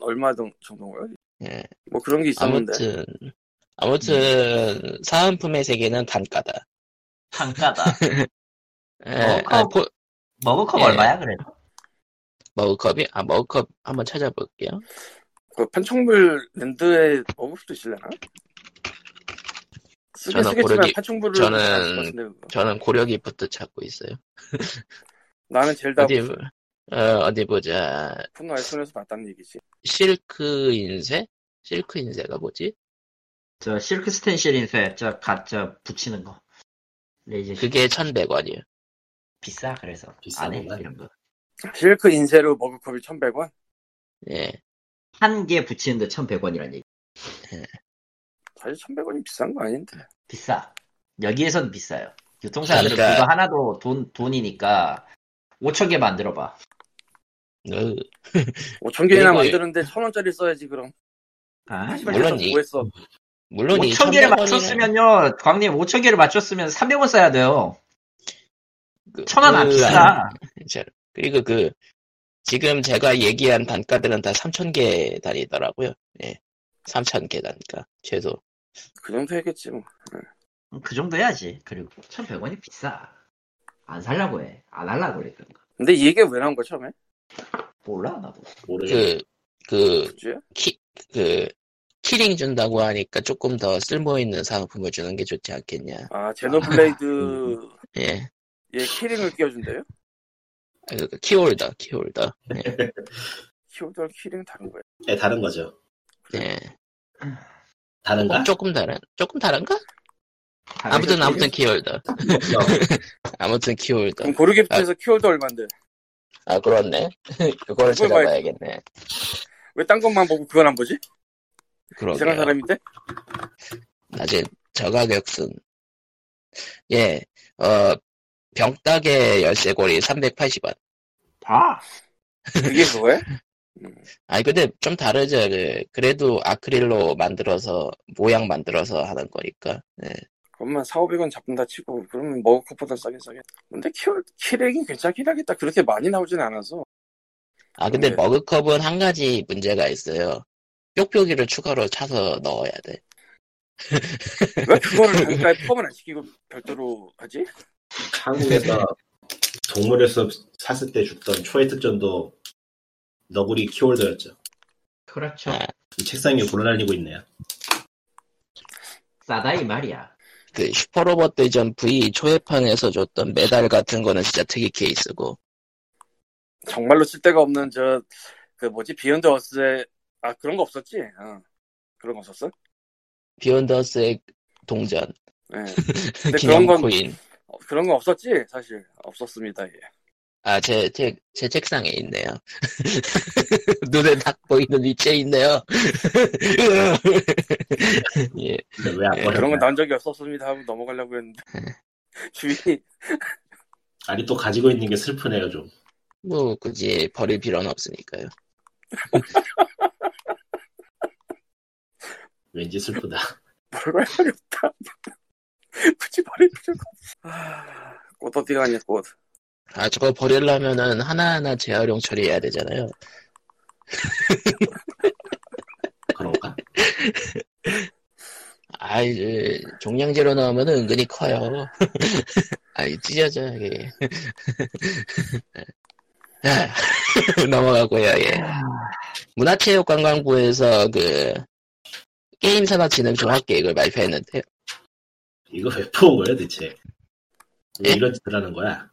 Speaker 1: 얼마 정- 정도인가요?
Speaker 2: 예.
Speaker 1: 뭐 그런 게 있었는데.
Speaker 2: 아무튼, 아무튼, 사은품의 세계는 단가다.
Speaker 3: 단가다.
Speaker 2: 예,
Speaker 3: 어,
Speaker 2: 아,
Speaker 3: 어.
Speaker 2: 포-
Speaker 3: <laughs> 머그컵
Speaker 2: 예.
Speaker 3: 얼마야 그래?
Speaker 2: 머그컵이? 아, 머그컵 한번 찾아볼게요.
Speaker 1: 그 판촉물 랜드에 먹을 수도 있을려나 쓰긴
Speaker 2: 저는
Speaker 1: 쓰겠지만
Speaker 2: 고르기-
Speaker 1: 파충부를
Speaker 2: 저는-
Speaker 1: 안 쓸것 같은데, 그거.
Speaker 2: 저는 고려기부터 찾고 있어요.
Speaker 1: 나는 젤다
Speaker 2: 어디, 어, 어디 보자.
Speaker 1: 푼 왈손에서 봤다는 얘기지.
Speaker 2: 실크 인쇄? 실크 인쇄가 뭐지?
Speaker 3: 저 실크 스텐실 인쇄 저 가짜 붙이는 거. 레이저
Speaker 2: 그게 1100원이에요.
Speaker 3: 비싸 그래서
Speaker 4: 비싼
Speaker 3: 안 해
Speaker 4: 건가?
Speaker 3: 이런 거.
Speaker 1: 실크 인쇄로 머그컵이 1,100원?
Speaker 2: 예.
Speaker 3: 한 개 붙이는데 1,100원이란 얘기.
Speaker 1: 사실 1,100원이 비싼 거 아닌데.
Speaker 3: 비싸. 여기에선 비싸요. 유통사들은 그
Speaker 2: 그러니까-
Speaker 3: 거 하나도 돈 돈이니까 5천 개 만들어 봐.
Speaker 2: 으, 그리고-
Speaker 1: 5,000개나 만드는데 1,000원짜리 써야지, 그럼.
Speaker 3: 아,
Speaker 2: 물론 이-
Speaker 1: 뭐 했어?
Speaker 2: 물론
Speaker 3: 뭐 5천 개를
Speaker 2: 2,100원 이나-
Speaker 3: 맞췄으면요, 광님 5천 개를 맞췄으면 300원 써야 돼요.
Speaker 2: 그-
Speaker 3: 천 원 안
Speaker 2: 그
Speaker 3: 비싸.
Speaker 2: 자, 그리고 그 지금 제가 얘기한 단가들은 다 3,000개 단위더라고요. 예. 3,000개 단가 최소.
Speaker 1: 그 정도 했겠지, 뭐.
Speaker 3: 그 정도 해야지. 그리고 1,100원이 비싸. 안 살라고 해. 안 할라고 그래. 그런 거.
Speaker 1: 근데 이 얘기가 왜 나온 거야, 처음에?
Speaker 3: 몰라 나도.
Speaker 4: 모르겠네.
Speaker 2: 그, 그그그
Speaker 1: 굳이?
Speaker 2: 키링 준다고 하니까 조금 더 쓸모 있는 상품을 주는 게 좋지 않겠냐.
Speaker 1: 아,
Speaker 2: 음,
Speaker 1: 제노블레이드,
Speaker 2: 예.
Speaker 1: 예, 키링을 끼워준대요?
Speaker 2: 아, 그 키홀더, 키홀더.
Speaker 1: 키워드랑 키링은 다른 거야.
Speaker 2: 그
Speaker 4: 네, 다른 거죠.
Speaker 2: 예.
Speaker 4: 다른가?
Speaker 2: 어,
Speaker 4: <laughs>
Speaker 2: 조금 다른, 조금 다른가? 아무튼 아무튼 키홀더.
Speaker 4: 어.
Speaker 2: 그러니까 아무튼 키홀더.
Speaker 1: 그럼 고르기프트에서 키워드 얼만데?
Speaker 2: 아 그렇네. <laughs> 그거를
Speaker 1: 그걸
Speaker 2: 찾아봐야겠네.
Speaker 1: 왜 딴 것만 보고 그건 안 보지? 이상한
Speaker 2: 그러게요.
Speaker 1: 사람인데?
Speaker 2: 낮에 저가격순. 예. 어 병따개 열쇠고리 380원.
Speaker 3: 다.
Speaker 1: 그게 그거야?
Speaker 2: 아니 근데 좀 다르죠. 그, 그래도 아크릴로 만들어서 모양 만들어서 하는 거니까. 예.
Speaker 1: 그것만 4, 500원 잡는다 치고 그러면 머그컵보다 싸긴 싸겠다. 근데 키워, 키링이 괜찮긴 하겠다. 그렇게 많이 나오진 않아서.
Speaker 2: 아 근데
Speaker 1: 네.
Speaker 2: 머그컵은 한 가지 문제가 있어요. 뾱뾱이를 추가로 차서 넣어야 돼.
Speaker 1: 왜 그거를 단가에 포함을 안 시키고 별도로 하지?
Speaker 2: <laughs>
Speaker 4: 한국에서 동물에서 샀을 때 줬던 초의 특전도 너구리 키홀더였죠.
Speaker 3: 그렇죠.
Speaker 2: 아.
Speaker 4: 이 책상 위에 굴러다니고 있네요.
Speaker 3: 싸다 이 말이야.
Speaker 2: 그 슈퍼로봇 대전 V 초회판에서 줬던 메달 같은 거는 진짜 특이 케이스고.
Speaker 1: 정말로 쓸데가 없는 저, 그 뭐지, 비욘드 어스에, 아, 그런 거 없었지? 어. 그런 거 없었어?
Speaker 2: 비욘더스의 동전,
Speaker 1: 예.
Speaker 2: <laughs>
Speaker 1: 근데
Speaker 2: 기념
Speaker 1: 그런 건,
Speaker 2: 코인.
Speaker 1: 어, 그런 건 없었지? 사실. 없었습니다. 예.
Speaker 2: 아, 제, 제, 제 책상에 있네요. <laughs> 눈에 딱 보이는 위치에 있네요. <laughs> 예,
Speaker 4: 근데 왜안
Speaker 2: 예,
Speaker 4: 버렸냐?
Speaker 1: 뭐 그런 건 난 적이 없었습니다 하고 넘어가려고 했는데.
Speaker 3: 네.
Speaker 1: <laughs> 주인이,
Speaker 4: 아니 또 가지고 있는 게 슬프네요 좀.
Speaker 2: 뭐, 굳이 버릴 필요는 없으니까요.
Speaker 4: 왠지 슬프다. <laughs>
Speaker 1: 별거 할 말이 없다. 굳이 말할 필요가 없어. 아, 꽃 어디 가냐, 꽃.
Speaker 2: 아, 저거 버리려면은 하나하나 재활용 처리해야 되잖아요.
Speaker 4: 그런가?
Speaker 2: 아, 이제, 종량제로 넣으면은 은근히 커요. <laughs> 아이, 찢어져, 이게. <laughs> 아, <laughs> 넘어가고요, 예. 문화체육관광부에서 그, 게임산업진흥종합계획을 발표했는데요.
Speaker 4: 이거 왜 뽑은 거예요 대체? 왜
Speaker 2: 예?
Speaker 4: 이런 짓을 하는 거야?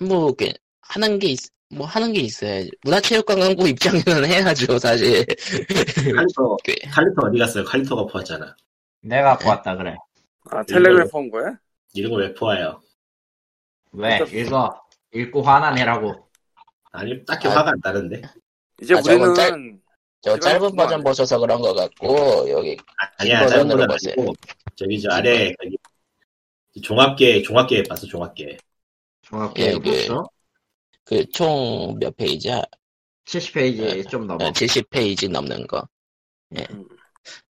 Speaker 2: 뭐, 이렇게, 하는 게, 있, 뭐, 하는 게 있어야지. 문화체육관광부 <laughs> 입장에서는 해야죠, 사실. <laughs>
Speaker 4: 칼리터
Speaker 2: 꽤.
Speaker 4: 칼리터 어디 갔어요? 칼리터가 포왔잖아.
Speaker 3: 내가 보았다 그래.
Speaker 1: 아, 텔레그래프 온 거야?
Speaker 4: 이런 거 왜 포와요?
Speaker 3: 왜
Speaker 1: 그러니까-
Speaker 3: 읽어? 읽고 화나내라고.
Speaker 4: 아니 딱히
Speaker 2: 아.
Speaker 4: 화가 안 나는데.
Speaker 1: 이제
Speaker 2: 아, 저건
Speaker 1: 우리는
Speaker 2: 짧- 저 짧은 버전 보셔서 그런 것 같고, 여기,
Speaker 4: 아니야
Speaker 2: 버전으로
Speaker 4: 짧은 건
Speaker 2: 봤어요.
Speaker 4: 아니고 저기 저 아래 저기 종합계 종합계 봤어 종합계.
Speaker 2: 예,
Speaker 3: 종합계
Speaker 2: 그-
Speaker 3: 읽었어?
Speaker 2: 그, 총 몇 페이지야? 네.
Speaker 3: 70페이지 좀 넘어.
Speaker 2: 70페이지 넘는 거. 예.
Speaker 1: 음.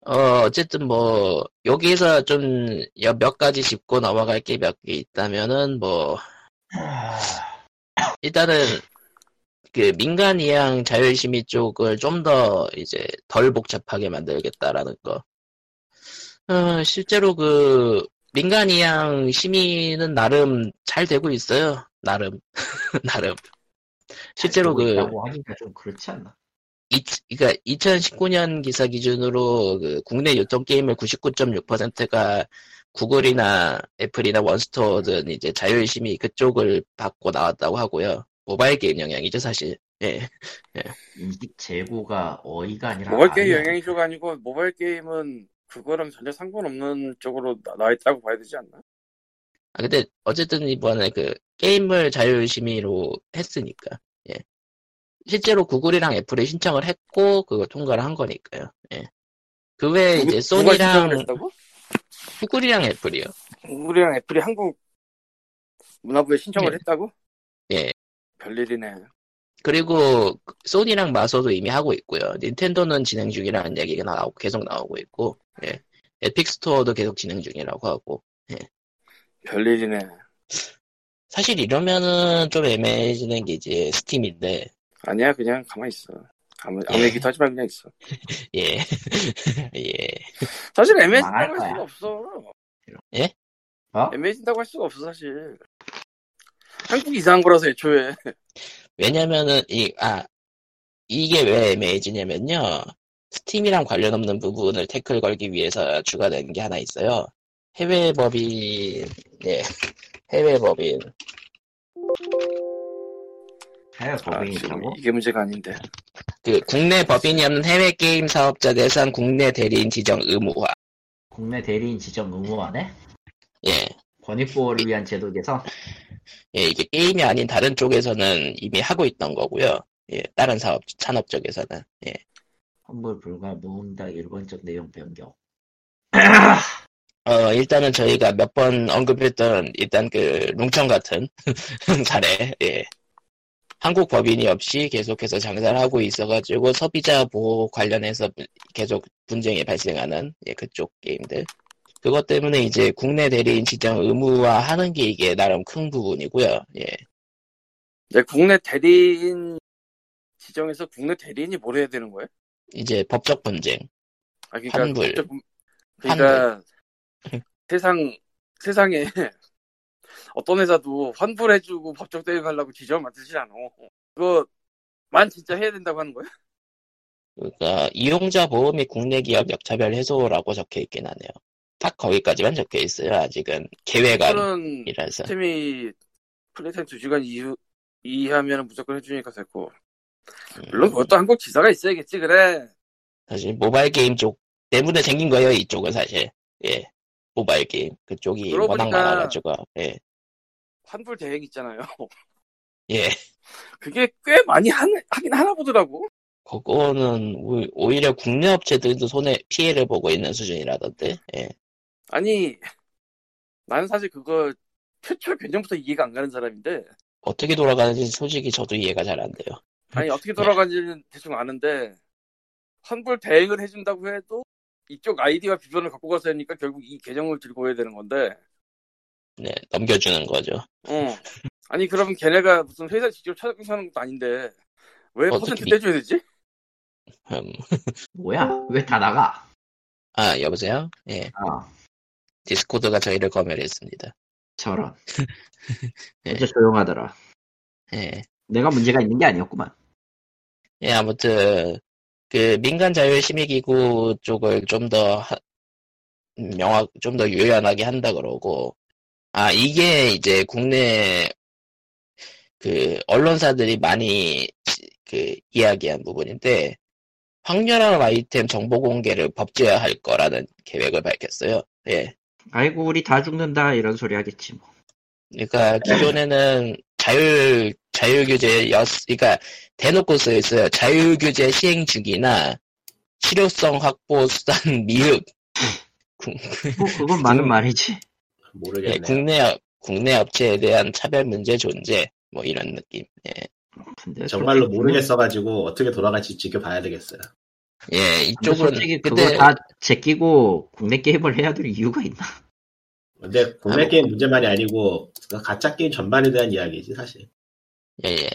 Speaker 2: 어, 어쨌든 뭐, 여기서 좀 몇 가지 짚고 넘어갈 게 몇 개 있다면은 뭐,
Speaker 3: 아,
Speaker 2: 일단은 그 민간 이양 자율심의 쪽을 좀 더 이제 덜 복잡하게 만들겠다라는 거. 어, 실제로 그 민간 이양 심의는 나름 잘 되고 <laughs> 있어요. 나름 나름. 실제로 그
Speaker 3: 읽고 하기가 좀 그렇지 않나?
Speaker 2: 이, 그러니까 2019년 기사 기준으로 그 국내 유통 게임의 99.6%가 구글이나 애플이나 원스토어 등 이제 자유의심이 그쪽을 받고 나왔다고 하고요. 모바일 게임 영향이죠 사실. 예.
Speaker 3: 인식 재고가 어이가 아니라
Speaker 1: 모바일 게임
Speaker 3: 아니야.
Speaker 1: 영향이쇼가 아니고 모바일 게임은 그거랑 전혀 상관없는 쪽으로 나, 와 있다고 봐야 되지 않나?
Speaker 2: 아, 근데 어쨌든 이번에 그 게임을 자유의심이로 했으니까. 예. 실제로 구글이랑 애플이 신청을 했고 그거 통과를 한 거니까요. 예. 그 외에
Speaker 1: 누구-
Speaker 2: 이제
Speaker 1: 누가 신청을
Speaker 2: 소니랑
Speaker 1: 했다고?
Speaker 2: 구글이랑 애플이요.
Speaker 1: 구글이랑 애플이 한국 문화부에 신청을
Speaker 2: 예.
Speaker 1: 했다고?
Speaker 2: 예.
Speaker 1: 별일이네.
Speaker 2: 그리고 소니랑 마소도 이미 하고 있고요. 닌텐도는 진행 중이라는 얘기가 나오고 계속 나오고 있고, 예. 에픽 스토어도 계속 진행 중이라고 하고.
Speaker 1: 별일이네.
Speaker 2: 사실 이러면은 좀 애매해지는 게 이제 스팀인데,
Speaker 1: 아니야, 그냥 가만히 있어. 아무, 아무
Speaker 2: 예.
Speaker 1: 얘기도 하지 말고 그냥 있어.
Speaker 2: 예, <laughs> 예.
Speaker 1: 사실
Speaker 3: 망할
Speaker 1: 애매해진다고 할
Speaker 3: 거야.
Speaker 1: 수가 없어.
Speaker 2: 예?
Speaker 3: 어?
Speaker 1: 애매해진다고 할 수가 없어, 사실. 한국 이상한 거라서 애초에.
Speaker 2: 왜냐면은 이 아 이게 왜 애매해지냐면요 스팀이랑 관련 없는 부분을 태클 걸기 위해서 추가된 게 하나 있어요 해외 법인 예 해외 법인
Speaker 3: 해외
Speaker 1: 아,
Speaker 3: 법인이
Speaker 1: 지금
Speaker 3: 있다고?
Speaker 1: 이게 문제가 아닌데.
Speaker 2: 그 국내 법인이 없는 해외 게임 사업자 대상 국내 대리인 지정 의무화
Speaker 3: 국내 대리인 지정 의무화네?
Speaker 2: 예,
Speaker 3: 권익보호를 위한 제도 개선?
Speaker 2: 예, 이게 게임이 아닌 다른 쪽에서는 이미 하고 있던 거고요 예 다른 사업 산업 쪽에서는 예
Speaker 3: 환불 불가 무응답 일반적 내용 변경 <laughs>
Speaker 2: 어, 일단은 저희가 몇 번 언급했던, 일단 그, 룽청 같은 <laughs> 사례, 예. 한국 법인이 없이 계속해서 장사를 하고 있어가지고, 소비자 보호 관련해서 부- 계속 분쟁이 발생하는, 예, 그쪽 게임들. 그것 때문에 이제 국내 대리인 지정 의무화 하는 게 이게 나름 큰 부분이고요, 예.
Speaker 1: 이제 국내 대리인 지정에서 국내 대리인이 뭘 해야 되는 거예요?
Speaker 2: 이제 법적 분쟁.
Speaker 1: 아, 그러니까
Speaker 2: 환불.
Speaker 1: 직접- 그러니까 세상 세상에 <laughs> 어떤 회사도 환불해주고 법적 대응하려고 지정 만들지 않아. 그거만 진짜 해야 된다고 하는 거야?
Speaker 2: 그러니까, 이용자 보호 및 국내 기업 역차별 해소라고 적혀 있긴 하네요. 딱 거기까지만 적혀 있어요, 아직은. 계획안이라서.
Speaker 1: 그런 시스템이 플레이타임 2시간 이후 이하면 무조건 해주니까 됐고 물론
Speaker 2: 음.
Speaker 1: 그것도 한국 지사가 있어야겠지 그래
Speaker 2: 사실 모바일 게임 쪽 때문에 생긴 거예요 이쪽은 사실 예 모바일 게임 그쪽이
Speaker 1: 그러고
Speaker 2: 워낙
Speaker 1: 보니까-
Speaker 2: 많아가지고 예.
Speaker 1: 환불 대행 있잖아요
Speaker 2: 예예
Speaker 1: 그게 꽤 많이 하, 하긴 하나 보더라고
Speaker 2: 그거는 오- 오히려 국내 업체들도 손해 피해를 보고 있는 수준이라던데 예
Speaker 1: 아니 나는 사실 그거 최초 개념부터 이해가 안 가는 사람인데
Speaker 2: 어떻게 돌아가는지 솔직히 저도 이해가 잘 안 돼요
Speaker 1: 아니 어떻게 돌아가는지는 대충 아는데 환불 대행을 해준다고 해도 이쪽 아이디와 비변을 갖고 가서 하니까 결국 이 계정을 들고 해야 되는 건데
Speaker 2: 네 넘겨주는 거죠
Speaker 3: <laughs>
Speaker 1: 어. 아니 그러면 걔네가 무슨 회사 직접 찾아가서 하는 것도 아닌데 왜
Speaker 2: 어떻게
Speaker 1: 퍼센트
Speaker 2: 미-
Speaker 1: 떼줘야 되지?
Speaker 2: 음,
Speaker 3: 뭐야? 왜 다 나가?
Speaker 2: 아 여보세요 예
Speaker 3: 아
Speaker 2: 디스코드가 저희를 검열했습니다 <laughs>
Speaker 3: 저런
Speaker 2: 예.
Speaker 3: 진짜 조용하더라
Speaker 2: 예
Speaker 3: 내가 문제가 있는 게 아니었구만
Speaker 2: 예, 아무튼 그 민간 자율심의기구 쪽을 좀 더 명확, 좀 더 유연하게 한다 그러고 아 이게 이제 국내 그 언론사들이 많이 지- 그 이야기한 부분인데 확률화 아이템 정보 공개를 법제화할 거라는 계획을 밝혔어요. 예.
Speaker 3: 아이고 우리 다 죽는다 이런 소리 하겠지 뭐
Speaker 2: 그러니까 기존에는 자율 자율 규제 였 그러니까 대놓고 써 있어요. 자율 규제 시행 중이나 실효성 확보 수단 <laughs> 미흡. 국- <laughs>
Speaker 3: 뭐, 그건 많은
Speaker 2: 음.
Speaker 3: 말이지
Speaker 2: 예,
Speaker 4: 모르겠네.
Speaker 2: 국내 업- 국내 업체에 대한 차별 문제 존재 뭐 이런 느낌. 예,
Speaker 3: 근데
Speaker 4: 정말로
Speaker 3: 솔직히-
Speaker 4: 모르겠어가지고 어떻게 돌아갈지 지켜봐야 되겠어요.
Speaker 2: 예
Speaker 3: 근데
Speaker 2: 이쪽은
Speaker 3: 솔직히 그거
Speaker 2: 근데
Speaker 3: 다 제끼고 국내 게임을 해야 될 이유가 있나?
Speaker 4: 근데 국내
Speaker 2: 아, 뭐.
Speaker 4: 게임 문제만이 아니고 그 가짜 게임 전반에 대한 이야기지 사실.
Speaker 2: 예, 예.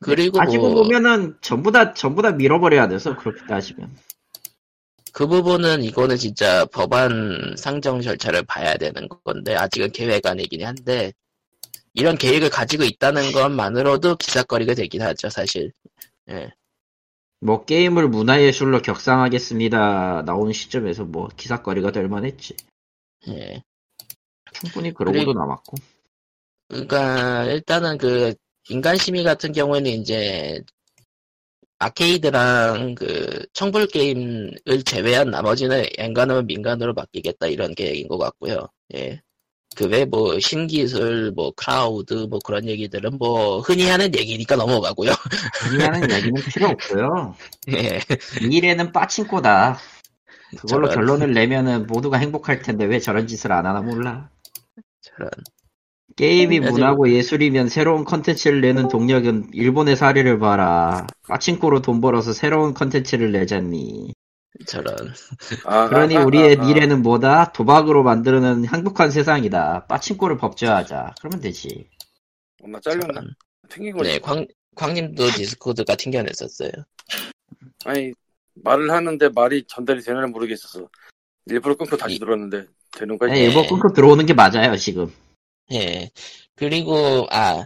Speaker 2: 그리고
Speaker 3: 따지고
Speaker 2: 뭐-
Speaker 3: 보면은 전부 다 전부 다 밀어버려야 돼서 그렇게 따지면
Speaker 2: 그 부분은 이거는 진짜 법안 상정 절차를 봐야 되는 건데 아직은 계획안이긴 한데 이런 계획을 가지고 있다는 것만으로도 기사거리가 되긴 하죠 사실
Speaker 3: 뭐 게임을 문화예술로 격상하겠습니다 나오는 시점에서 뭐 기사거리가 될 만했지
Speaker 2: 예.
Speaker 3: 충분히 그러고도
Speaker 2: 그래.
Speaker 3: 남았고
Speaker 2: 그러니까 일단은 그 인간 심의 같은 경우에는 이제 아케이드랑 그 청불 게임을 제외한 나머지는 엔간하면 민간으로 바뀌겠다 이런 계획인 것 같고요. 예. 그외뭐 신기술, 뭐 크라우드, 뭐 그런 얘기들은 뭐 흔히 하는 얘기니까 넘어가고요. <laughs>
Speaker 3: 흔히 하는 이야기는 필요 없고요
Speaker 2: 예.
Speaker 3: 이 일에는 빠친코다 그걸로
Speaker 2: 저런.
Speaker 3: 결론을 내면은 모두가 행복할 텐데 왜 저런 짓을 안 하나 몰라
Speaker 2: 저런.
Speaker 3: 게임이
Speaker 2: 아직-
Speaker 3: 문화고 예술이면 새로운 컨텐츠를 내는 동력은 일본의 사례를 봐라. 까친코로 돈 벌어서 새로운 컨텐츠를 내잖니.
Speaker 2: 저런.
Speaker 1: 아,
Speaker 3: 그러니
Speaker 1: 아, 아,
Speaker 3: 우리의
Speaker 1: 아, 아.
Speaker 3: 미래는 뭐다? 도박으로 만드는 행복한 세상이다. 빠친코를 법제화하자. 그러면 되지.
Speaker 1: 어, 나 잘렸나?
Speaker 2: 저런.
Speaker 1: 튕긴 거지.
Speaker 2: 네, 광, 광님도 디스코드가 튕겨냈었어요.
Speaker 1: 아니 말을 하는데 말이 전달이 되나 모르겠어서 일부러 끊고 다시
Speaker 2: 이-
Speaker 1: 들었는데 되는 거야?
Speaker 3: 아니, 일본 끊고 네, 들어오는 게 맞아요, 지금.
Speaker 2: 예. 그리고, 아,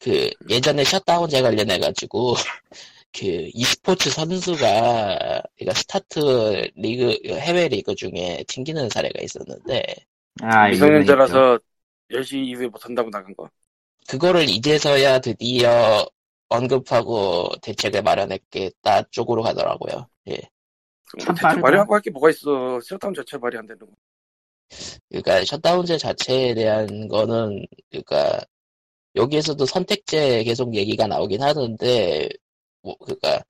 Speaker 2: 그, 예전에 셧다운제 관련해가지고, <laughs> 그, e스포츠 선수가, 그러니까 스타트 리그, 해외 리그 중에 튕기는 사례가 있었는데,
Speaker 3: 아, 이거는
Speaker 1: 미성년자라서 10시 이후에 못한다고 나간 거.
Speaker 2: 그거를 이제서야 드디어 언급하고 대책을 마련했겠다 쪽으로 가더라고요. 예.
Speaker 3: 참
Speaker 1: 대체
Speaker 3: 빠르다.
Speaker 1: 마련하고 할 게 뭐가 있어. 셧다운 자체 말이 안 되는 거.
Speaker 2: 그러니까 셧다운제 자체에 대한 거는, 그러니까, 여기에서도 선택제 계속 얘기가 나오긴 하는데, 뭐, 그러니까,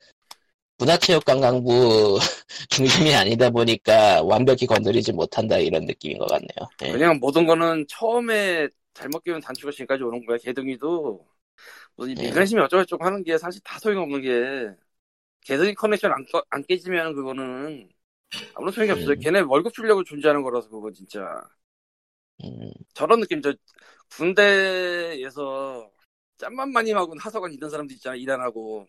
Speaker 2: 문화체육관광부 <laughs> 중심이 아니다 보니까 완벽히 건드리지 못한다 이런 느낌인 것 같네요. 예.
Speaker 1: 그냥 모든 거는 처음에 잘못 끼우면 단추가 지금까지 오는 거야. 개등이도 무슨
Speaker 2: 네.
Speaker 1: 민간심이 어쩌고저쩌고 하는 게 사실 다 소용없는 게 개등이 커넥션 안, 꺼- 안 깨지면 그거는 아무런 소용이 없어요.
Speaker 2: 음.
Speaker 1: 걔네 월급 주려고 존재하는 거라서 그거 진짜
Speaker 2: 음,
Speaker 1: 저런 느낌 저 군대에서 짬만 많이 하고 하서관 있는 사람들 있잖아 이단하고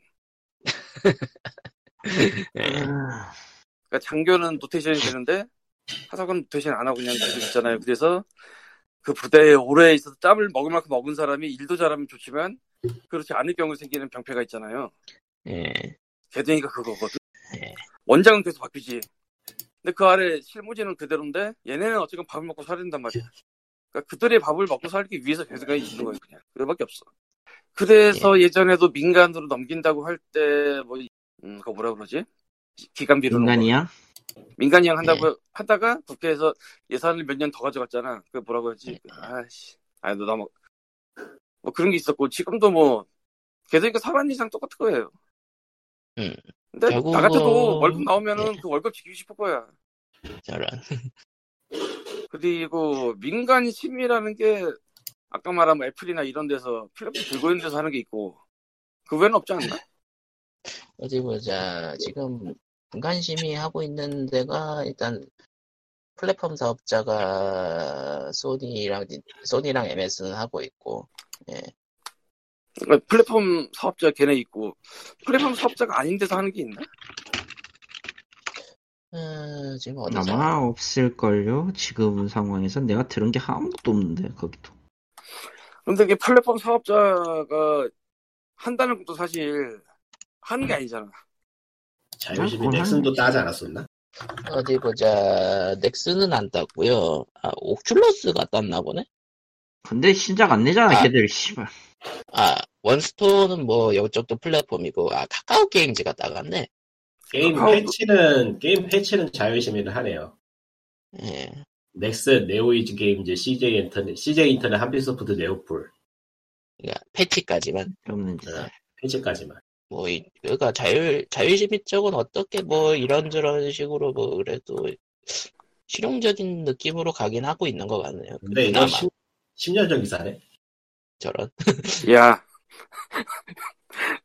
Speaker 2: 예.
Speaker 1: 그러니까 장교는 노테이션이 되는데 하사관 노테이션 안 하고 그냥 계속 있잖아요. 그래서 그 부대에 오래 있어서 짬을 먹을 만큼 먹은 사람이 일도 잘하면 좋지만 그렇지 않을 경우 생기는 병폐가 있잖아요.
Speaker 2: 예.
Speaker 1: 개둥이가 그거거든.
Speaker 2: 네.
Speaker 1: 원장은 계속 바뀌지. 근데 그 아래 실무진은 그대로인데 얘네는 어쨌건 밥을 먹고 살야 된단 말이야. 그러니까 그들의 밥을 먹고 살기 위해서 개둥이가 있는 거예요. 그냥 그거밖에 없어. 그래서 예전에도 민간으로 넘긴다고 할 때뭐 음, 그거 뭐라 그러지? 기간 비루는 거.
Speaker 3: 인간이야?
Speaker 1: 민간이랑 한다고
Speaker 2: 예.
Speaker 1: 하다가 국회에서 예산을 몇 년 더 가져갔잖아. 그 뭐라고
Speaker 2: 예.
Speaker 1: 했지? 아씨, 아니 너나 뭐, 뭐 그런 게 있었고 지금도 뭐 계속 이거 사람 이상 똑같은 거예요.
Speaker 2: 음.
Speaker 1: 근데
Speaker 2: 결국은- 뭐, 예.
Speaker 1: 나 같아도 월급 나오면은 그 월급 지키고 싶을 거야.
Speaker 2: 저런.
Speaker 1: 그리고 민간 심의라는 게 아까 말한 뭐 애플이나 이런 데서 플랫폼 들고 있는 데서 하는 게 있고 그 외에는 없지 않나?
Speaker 2: 어디 보자. 지금 분간심이 하고 있는 데가 일단 플랫폼 사업자가 소니랑 소니랑 MS는 하고 있고
Speaker 1: 그러니까 플랫폼 사업자 걔네 있고 플랫폼 사업자가 아닌 데서 하는 게 있나?
Speaker 2: 음, 지금 어디서
Speaker 3: 아마 없을걸요? 지금 상황에선 내가 들은 게 아무것도 없는데, 거기도.
Speaker 1: 근데 이게 플랫폼 사업자가 한다는 것도 사실 하는 게 아니잖아.
Speaker 4: 자유시민
Speaker 3: 아, 그건
Speaker 4: 넥슨도
Speaker 3: 하는데.
Speaker 4: 따지 않았었나?
Speaker 2: 어디 보자. 넥슨은 안 땄고요. 아, 옥큘러스가 땄나 보네.
Speaker 3: 근데 신작 안 내잖아,
Speaker 2: 아.
Speaker 3: 걔들, 씨발.
Speaker 2: 아, 원스톤은 뭐 이쪽도 플랫폼이고 아, 카카오 게임즈가 따갔네.
Speaker 4: 게임
Speaker 1: 카카오-
Speaker 4: 패치는 게임 패치는 자유시민을 하네요.
Speaker 2: 예.
Speaker 4: 넥슨, 네오이즈 게임즈, CJ 인터넷, CJ 인터넷, 한빛소프트, 네오폴
Speaker 2: 그러니까 패치까지만
Speaker 3: 없는지.
Speaker 4: 패치까지만.
Speaker 2: 뭐 이- 그러니까 자율 자율심의 쪽은 어떻게 뭐 이런저런 식으로 뭐 그래도 실용적인 느낌으로 가긴 하고 있는 것 같네요.
Speaker 4: 근데 이거
Speaker 2: 그나마
Speaker 4: 10, 10년 전 기사네.
Speaker 2: 저런
Speaker 1: <laughs> 야.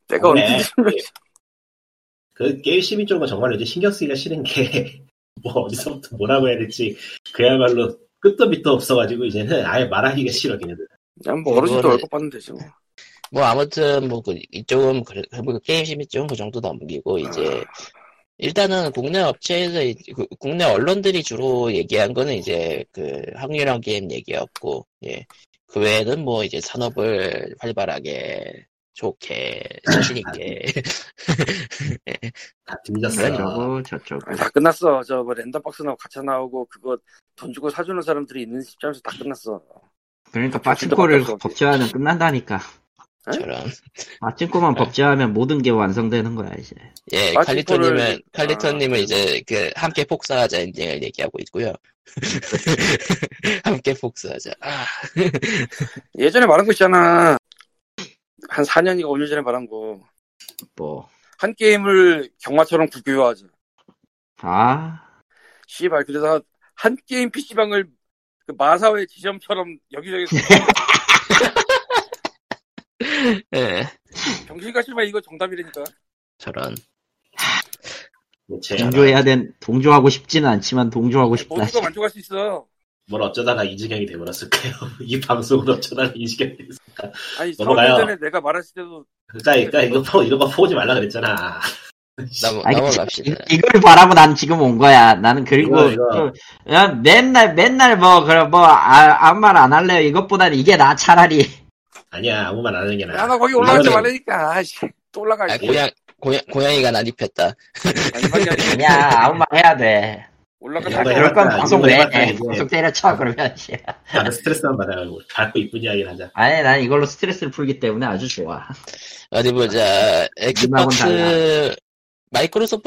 Speaker 1: 내가
Speaker 4: 네.
Speaker 1: 언제
Speaker 4: 그 게임 시민 쪽은 정말 이제 신경 쓰기가 싫은 게 <laughs> 뭐 어디서부터 뭐라고 해야 될지 그야말로 끝도 밑도 없어가지고 이제는 아예 말하기가 싫어 걔네들.
Speaker 1: 그냥 뭐 어르신도
Speaker 2: 그거를-
Speaker 1: 월급 받는 되지 뭐.
Speaker 2: 뭐 아무튼 뭐 그 이쪽은 그, 그 게임 심의 쪽은 그 정도 넘기고 이제 일단은 국내 업체에서 이- 그 국내 언론들이 주로 얘기한 거는 이제 그 확률형 게임 얘기였고 예. 그 외에는 뭐 이제 산업을 활발하게
Speaker 1: <clears throat>
Speaker 2: 좋게 자신있게
Speaker 1: 네?
Speaker 4: 다
Speaker 2: 그러니까 뭐
Speaker 4: 뒤졌어.
Speaker 3: 이러고 저쪽
Speaker 1: 아니, 다 끝났어. 저뭐 랜덤박스 나오고 가차 나오고 그거 돈 주고 사주는 사람들이 있는 시점에서 다 끝났어.
Speaker 3: 그러니까
Speaker 1: 진짜
Speaker 3: 빠친코를
Speaker 1: 바뀌었어.
Speaker 3: 법제화하면 끝난다니까
Speaker 1: 에?
Speaker 2: 저런
Speaker 3: 빠친코만
Speaker 2: 네.
Speaker 3: 법제화하면 모든 게 완성되는 거야 이제
Speaker 2: 예
Speaker 1: 아,
Speaker 2: 칼리토님은
Speaker 1: 뒷골을-
Speaker 2: 칼리토님은
Speaker 1: 아,
Speaker 2: 이제 그 함께 폭사하자 엔딩을 얘기하고 있고요 <laughs> 함께 폭사하자 아,
Speaker 1: 예전에 말한 거 있잖아. 한 4년인가 5년 전에 말한 거.
Speaker 3: 뭐
Speaker 1: 한 게임을 경마처럼 국유화하자.
Speaker 3: 아,
Speaker 1: 씨발, 그래서 한 게임 PC방을 그 마사오의 지점처럼
Speaker 2: <laughs>
Speaker 1: 여기저기서
Speaker 2: 예
Speaker 1: 정신가시만 이거 정답이라니까.
Speaker 2: 저런
Speaker 4: 뭐 제,
Speaker 3: 동조해야 된 동조하고 싶지는 않지만 동조하고 싶다
Speaker 1: 네, 모두가 만족할 수 있어.
Speaker 4: 뭘 어쩌다가 이 지경이 돼버렸을까요? <laughs> 이 방송은 어쩌다가 이 지경이 됐어.
Speaker 1: 아니,
Speaker 4: 넘어가요.
Speaker 1: 4년 전에 내가 말했을 때도
Speaker 4: 그러니까, 그러니까 이거 포, 이런 거 포지 말라 그랬잖아.
Speaker 2: 넘어
Speaker 3: 아니,
Speaker 2: 넘어갑시다
Speaker 3: 이- 이걸 바라고 난 지금 온 거야. 나는 그리고
Speaker 4: 이거, 이거.
Speaker 3: 좀, 그냥 맨날 맨날 뭐 그런 뭐 아, 아무 말 안 할래요. 이것보다는 이게 나 차라리
Speaker 4: 아니야 아무 말 안 하는 게
Speaker 1: 야,
Speaker 4: 나아.
Speaker 1: 나 거기 올라가지
Speaker 4: 네. 이거는-
Speaker 1: 말라니까. 아이씨, 또 올라가.
Speaker 2: 아
Speaker 1: 아니,
Speaker 2: 고양 고양 고양이가 난 입혔다
Speaker 1: 아니, 아니,
Speaker 3: 그냥 아무 말 해야 돼.
Speaker 1: 올라가지
Speaker 4: 야, 너
Speaker 3: 그럴
Speaker 1: 말라니까.
Speaker 4: 해봤다.
Speaker 3: 건 방송 내.
Speaker 4: 이거 해봤다, 이거.
Speaker 3: 계속 때려쳐 그러면. 씨.
Speaker 4: <laughs> 나는 스트레스만 받아가지고 갖고 이쁜 이야기를 하자.
Speaker 3: <laughs> 아니 난 이걸로 스트레스를 풀기 때문에 아주 좋아.
Speaker 2: 어디 보자.
Speaker 3: 님하고는
Speaker 2: 엑스박스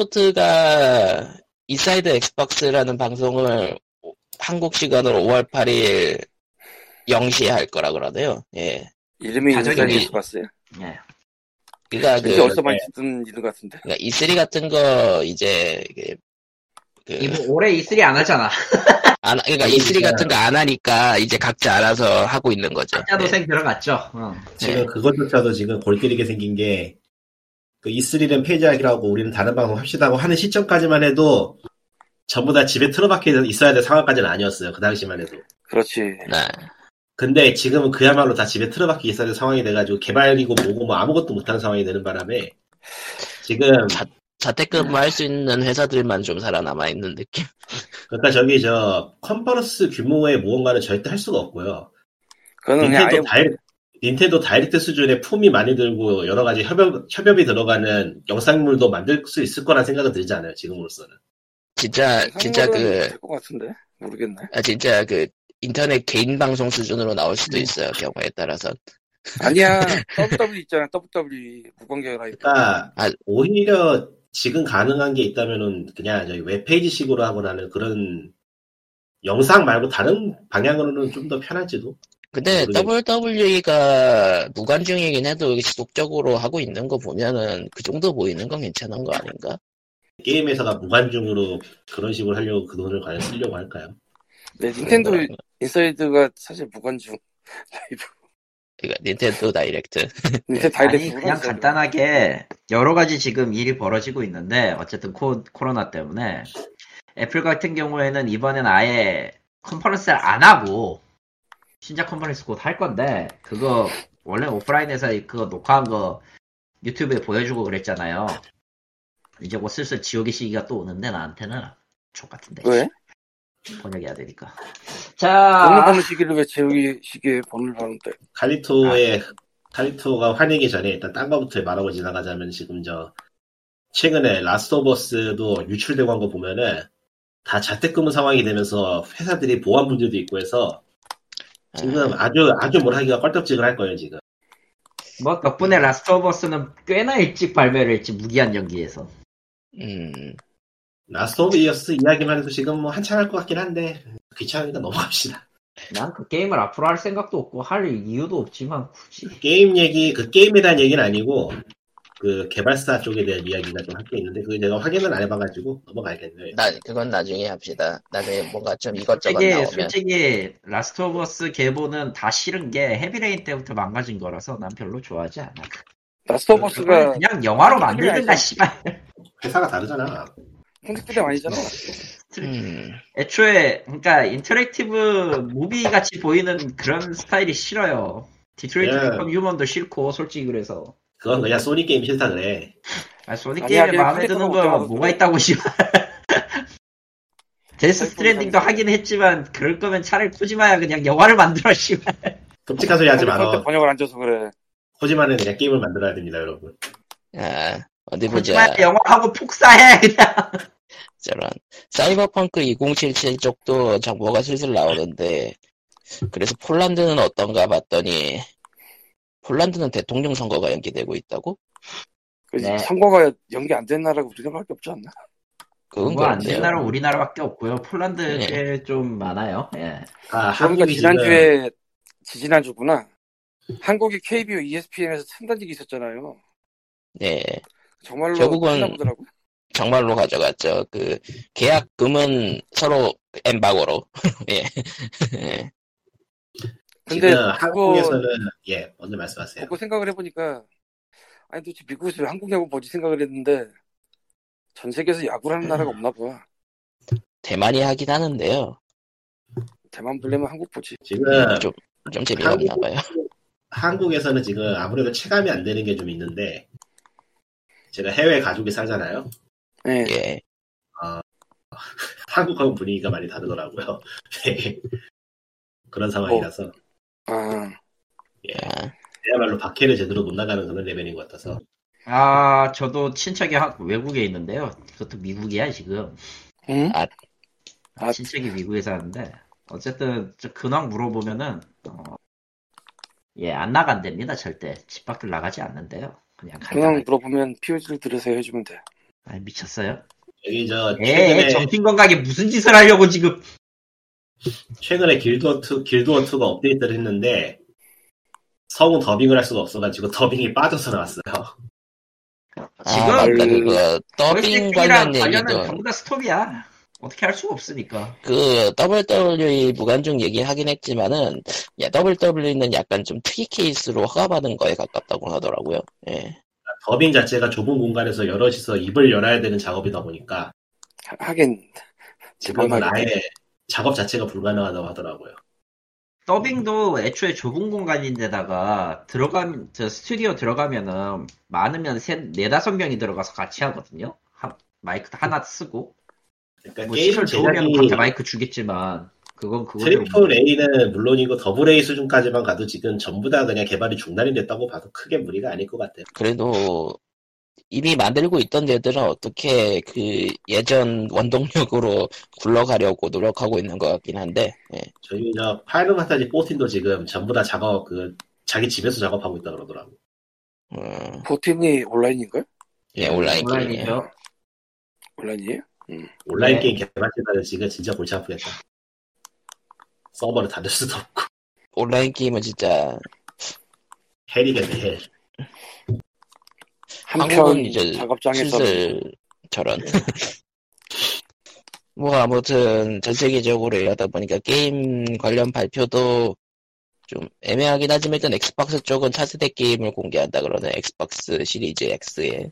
Speaker 2: 마이크로소프트가 이사이드 엑스박스라는 방송을 오- 한국 시간으로 5월 8일 0시에 할 거라 그러네요. 예.
Speaker 1: 이름이
Speaker 2: 자전이-
Speaker 1: 인사이드 봤어요.
Speaker 3: 예.
Speaker 2: 그러니까
Speaker 1: 이게
Speaker 2: 그
Speaker 1: 어디서 많이 듣던 이름 같은데.
Speaker 2: 그러니까 E3 같은 거 이제 그- 그
Speaker 3: 이거 올해 E3 안 하잖아. <laughs>
Speaker 2: 안, 그러니까 E3 같은 거 안 하니까 이제 각자 알아서 하고 있는 거죠.
Speaker 3: 각자
Speaker 2: 예.
Speaker 3: 도생 들어갔죠. 응.
Speaker 4: 지금 그것조차도 지금 골때리게 생긴 게, 그 E3는 폐지하기로 하고 우리는 다른 방송 합시다고 하는 시점까지만 해도 전부 다 집에 틀어박혀 있어야 될 상황까지는 아니었어요. 그 당시만 해도.
Speaker 1: 그렇지.
Speaker 2: 나-
Speaker 4: 근데 지금은 그야말로 다 집에 틀어박혀 있어야 될 상황이 돼가지고 개발이고 뭐고 뭐 아무것도 못하는 상황이 되는 바람에 지금
Speaker 2: 자택근무 할 수 있는 회사들만 좀 살아남아 있는 느낌.
Speaker 4: 그러니까 저기 저 컨퍼런스 규모의 무언가는 절대 할 수가
Speaker 1: 음,
Speaker 4: 없고요.
Speaker 1: 그거는 그냥 아예
Speaker 4: 닌텐도 다이렉 닌텐도 다이렉트 수준의 폼이 많이 들고 여러 가지 협업 협업이 들어가는 영상물도 만들 수 있을 거란 생각은 들지 않아요 지금으로서는.
Speaker 2: 진짜 진짜 그
Speaker 1: 될것 같은데 모르겠네.
Speaker 2: 아, 진짜 그 인터넷 개인 방송 수준으로 나올 수도 있어요 경우에 따라서
Speaker 1: 아니야. WWE 있잖아. WWE 무관계라니까.
Speaker 4: 그러니까
Speaker 2: 아.
Speaker 4: 오히려 지금 가능한 게 있다면은 그냥 저기 웹페이지식으로 하거나 하는 그런 영상 말고 다른 방향으로는 좀 더 편할지도.
Speaker 2: 근데
Speaker 4: 모르겠-
Speaker 2: WWE가 무관중이긴 해도 지속적으로 하고 있는 거 보면은 그 정도 보이는 건 괜찮은 거 아닌가?
Speaker 4: 게임 회사가 무관중으로 그런 식으로 하려고 그 돈을 과연 쓰려고 할까요?
Speaker 1: 네, 닌텐도
Speaker 2: 그런 거.
Speaker 1: 인사이드가 사실 무관중.
Speaker 2: 그러니까 닌텐도 다이렉트
Speaker 1: 닌텐
Speaker 3: 아니
Speaker 1: 다이렉트
Speaker 3: 그냥 간단하게 여러 가지 지금 일이 벌어지고 있는데 어쨌든 코, 코로나 때문에 애플 같은 경우에는 이번엔 아예 컨퍼런스를 안 하고 신작 컨퍼런스 곧 할 건데 그거 원래 오프라인에서 그거 녹화한 거 유튜브에 보여주고 그랬잖아요. 이제 곧 슬슬 지옥의 시기가 또 오는데 나한테는 족 같은데
Speaker 1: 왜?
Speaker 3: 번역해야 되니까. 자 아. 음.
Speaker 1: 돈을 버는 시기를 왜 재우기 시기에 돈을 버는데?
Speaker 4: 칼리토의 칼리토가 화내기 전에 일단 딴 거부터 말하고 지나가자면 지금 저 최근에 라스트 오브 어스도 유출되고 한 거 보면은 다 자택근무 상황이 되면서 회사들이 보안 문제도 있고 해서
Speaker 2: 음.
Speaker 4: 지금 아주 아주 뭘 하기가 껄떡지근할 거예요 지금
Speaker 3: 뭐 덕분에 라스트 오브 어스는 꽤나 일찍 발매를 했지 무기한 연기에서.
Speaker 2: 음
Speaker 4: 라스트 오브 어스 이야기만 해도 지금 뭐 한참 할 것 같긴 한데 귀찮으니까 넘어갑시다
Speaker 3: 난 그 게임을 앞으로 할 생각도 없고 할 이유도 없지만 굳이
Speaker 4: 게임 얘기 그 게임에 대한 얘기는 아니고 그 개발사 쪽에 대한 이야기가 좀 할 게 있는데 그게 내가 확인을 안 해봐가지고 넘어가야겠네요
Speaker 2: 나, 그건 나중에 합시다 나중에 뭔가 좀 이것저것
Speaker 3: 솔직히,
Speaker 2: 나오면
Speaker 3: 솔직히 라스트 오브 어스 개보는 다 싫은 게 헤비레인 때부터 망가진 거라서 난 별로 좋아하지 않아
Speaker 1: 라스트 오브
Speaker 3: 그걸
Speaker 1: 어스가
Speaker 3: 그냥 영화로 만들든가 씨발
Speaker 4: 회사가 다르잖아
Speaker 1: 홍익부대 아니잖아.
Speaker 2: 음,
Speaker 3: 애초에 그러니까 인터랙티브 무비 같이 보이는 그런 스타일이 싫어요 디트로이트
Speaker 4: 예.
Speaker 3: 비컴 휴먼도 싫고 솔직히 그래서
Speaker 4: 그건 그냥 소니 게임 싫다 그래.
Speaker 3: 아, 소닉
Speaker 1: 아니야,
Speaker 3: 게임에
Speaker 1: 그냥
Speaker 3: 마음에
Speaker 1: 클릭하고
Speaker 3: 드는 거
Speaker 1: 올라가서
Speaker 3: 뭐가 있다고 씨발 데스 스트랜딩도 하긴 했지만 그럴 거면 차라리 코지마야 그냥 영화를 만들어 씨발
Speaker 4: 끔찍한 소리 하지 마라.
Speaker 1: 번역을 안 줘서 그래.
Speaker 4: 코지마는 그냥 게임을 만들어야 됩니다, 여러분.
Speaker 2: 아, 어디 보자.
Speaker 3: 하지만 영화하고 폭사해 그냥.
Speaker 2: 저런. 사이버펑크 2077 쪽도 정보가 슬슬 나오는데, 그래서 폴란드는 어떤가 봤더니, 폴란드는 대통령 선거가 연기되고 있다고?
Speaker 1: 그지?
Speaker 3: 네.
Speaker 1: 선거가 연기 안 된 나라가 우리나라밖에 없지 않나?
Speaker 2: 그건
Speaker 3: 뭐안
Speaker 2: 그런데요.
Speaker 3: 되는 나라는 우리나라밖에 없고요. 폴란드
Speaker 2: 예.
Speaker 3: 꽤좀 많아요. 예.
Speaker 4: 아,
Speaker 1: 그러니까
Speaker 4: 한국이 지금
Speaker 1: 지난주에 지지난주구나. 한국이 KBO ESPN에서 첨단직이 있었잖아요.
Speaker 2: 네.
Speaker 1: 정말로
Speaker 2: 결국은-
Speaker 1: 끝나보더라고.
Speaker 2: 정말로 가져갔죠. 그, 계약금은 서로 엠바고로. <laughs> 예. 예.
Speaker 1: 근데
Speaker 4: 지금
Speaker 1: 그거
Speaker 4: 한국에서는 예, 먼저 말씀하세요.
Speaker 1: 보고 생각을 해보니까 아니 도대체 미국에서 왜 한국 야구 뭐지 생각을 했는데 전 세계에서 야구를 하는 나라가 없나 봐.
Speaker 2: 대만이 하긴 하는데요.
Speaker 1: 대만 불리면 한국 보지.
Speaker 4: 지금
Speaker 2: 좀 재미가 없나 봐요.
Speaker 4: 한국에서는 지금 아무래도 체감이 안 되는 게 좀 있는데 제가 해외 가족이 살잖아요.
Speaker 1: 예.
Speaker 2: 예.
Speaker 4: 한국하고 분위기가 많이 다르더라고요. <laughs> 네. 그런
Speaker 1: 어.
Speaker 4: 상황이라서
Speaker 1: 아,
Speaker 2: 아,
Speaker 4: 그야말로 박해를 제대로 못 나가는 그런 레벨인 것 같아서
Speaker 3: 아 저도 친척이 한- 외국에 있는데요. 그것도 미국이야 지금.
Speaker 1: 응?
Speaker 3: 아,
Speaker 2: 그
Speaker 1: 아.
Speaker 3: 친척이 미국에 사는데 어쨌든 저 근황 물어보면은 어, 예안 나간답니다 절대 집 밖을 나가지 않는데요. 그냥
Speaker 1: 그냥
Speaker 3: 간단하게
Speaker 1: 물어보면 POG를 들으세요 해주면 돼.
Speaker 3: 아, 미쳤어요.
Speaker 4: 여기 저
Speaker 1: 예,
Speaker 3: 에
Speaker 4: 최근에
Speaker 3: 정신 건강에 무슨 짓을 하려고 지금
Speaker 4: 최근에 길드워 2 길드워 2가 업데이트를 했는데 성우 더빙을 할 수가 없어가지고 더빙이 빠져서 나왔어요.
Speaker 2: 아,
Speaker 3: 지금
Speaker 2: 맞다. 그거, 더빙 관련
Speaker 3: 관련은
Speaker 2: 얘기도.
Speaker 3: 전부 다 스톱이야. 어떻게 할 수가 없으니까.
Speaker 2: 그 WWE 무관중 얘기하긴 했지만은 야, WWE는 약간 좀 특이 케이스로 허가받은 거에 가깝다고 하더라고요. 예.
Speaker 4: 더빙 자체가 좁은 공간에서 여럿이서 입을 열어야 되는 작업이다 보니까
Speaker 1: 하- 하긴
Speaker 4: 지금은
Speaker 1: 대박이네.
Speaker 4: 아예 작업 자체가 불가능하다고 하더라고요.
Speaker 3: 더빙도 애초에 좁은 공간인데다가 들어가면 저 스튜디오 들어가면은 많으면 셋, 네다섯 명이 들어가서 같이 하거든요. 하- 마이크 하나 쓰고
Speaker 4: 그러니까
Speaker 3: 뭐
Speaker 4: 게임
Speaker 3: 시설 좋으면 각자
Speaker 4: 제작이
Speaker 3: 마이크 뭐 주겠지만 그건 그거대로
Speaker 4: 트리플 A는 물론이고 더블 A 수준까지만 가도 지금 전부 다 그냥 개발이 중단이 됐다고 봐도 크게 무리가 아닐 것 같아요.
Speaker 2: 그래도 이미 만들고 있던 애들은 어떻게 그 예전 원동력으로 굴러가려고 노력하고 있는 것 같긴 한데 예.
Speaker 4: 저희 저 파이널 판타지 14도 지금 전부 다 작업 그 자기 집에서 작업하고 있다 그러더라고.
Speaker 2: 음,
Speaker 1: 보틴이 온라인인가요?
Speaker 2: 예, 온라인 게임.
Speaker 3: 온라인이죠.
Speaker 1: 온라인이에요?
Speaker 4: 온라인
Speaker 3: 네.
Speaker 4: 게임 개발자들 지금 진짜 골치 아프겠다. 서버를 닫을 수도 없고
Speaker 2: 온라인 게임은 진짜
Speaker 4: 헬이겠네 헬.
Speaker 1: 한편
Speaker 2: 한국은 이제
Speaker 1: 작업장에서
Speaker 2: 슬슬
Speaker 1: <laughs>
Speaker 2: 저런. 뭐 아무튼 전 세계적으로 이러다 보니까 게임 관련 발표도 좀 애매하긴 하지만 일단 엑스박스 쪽은 차세대 게임을 공개한다 그러네 엑스박스 시리즈 X에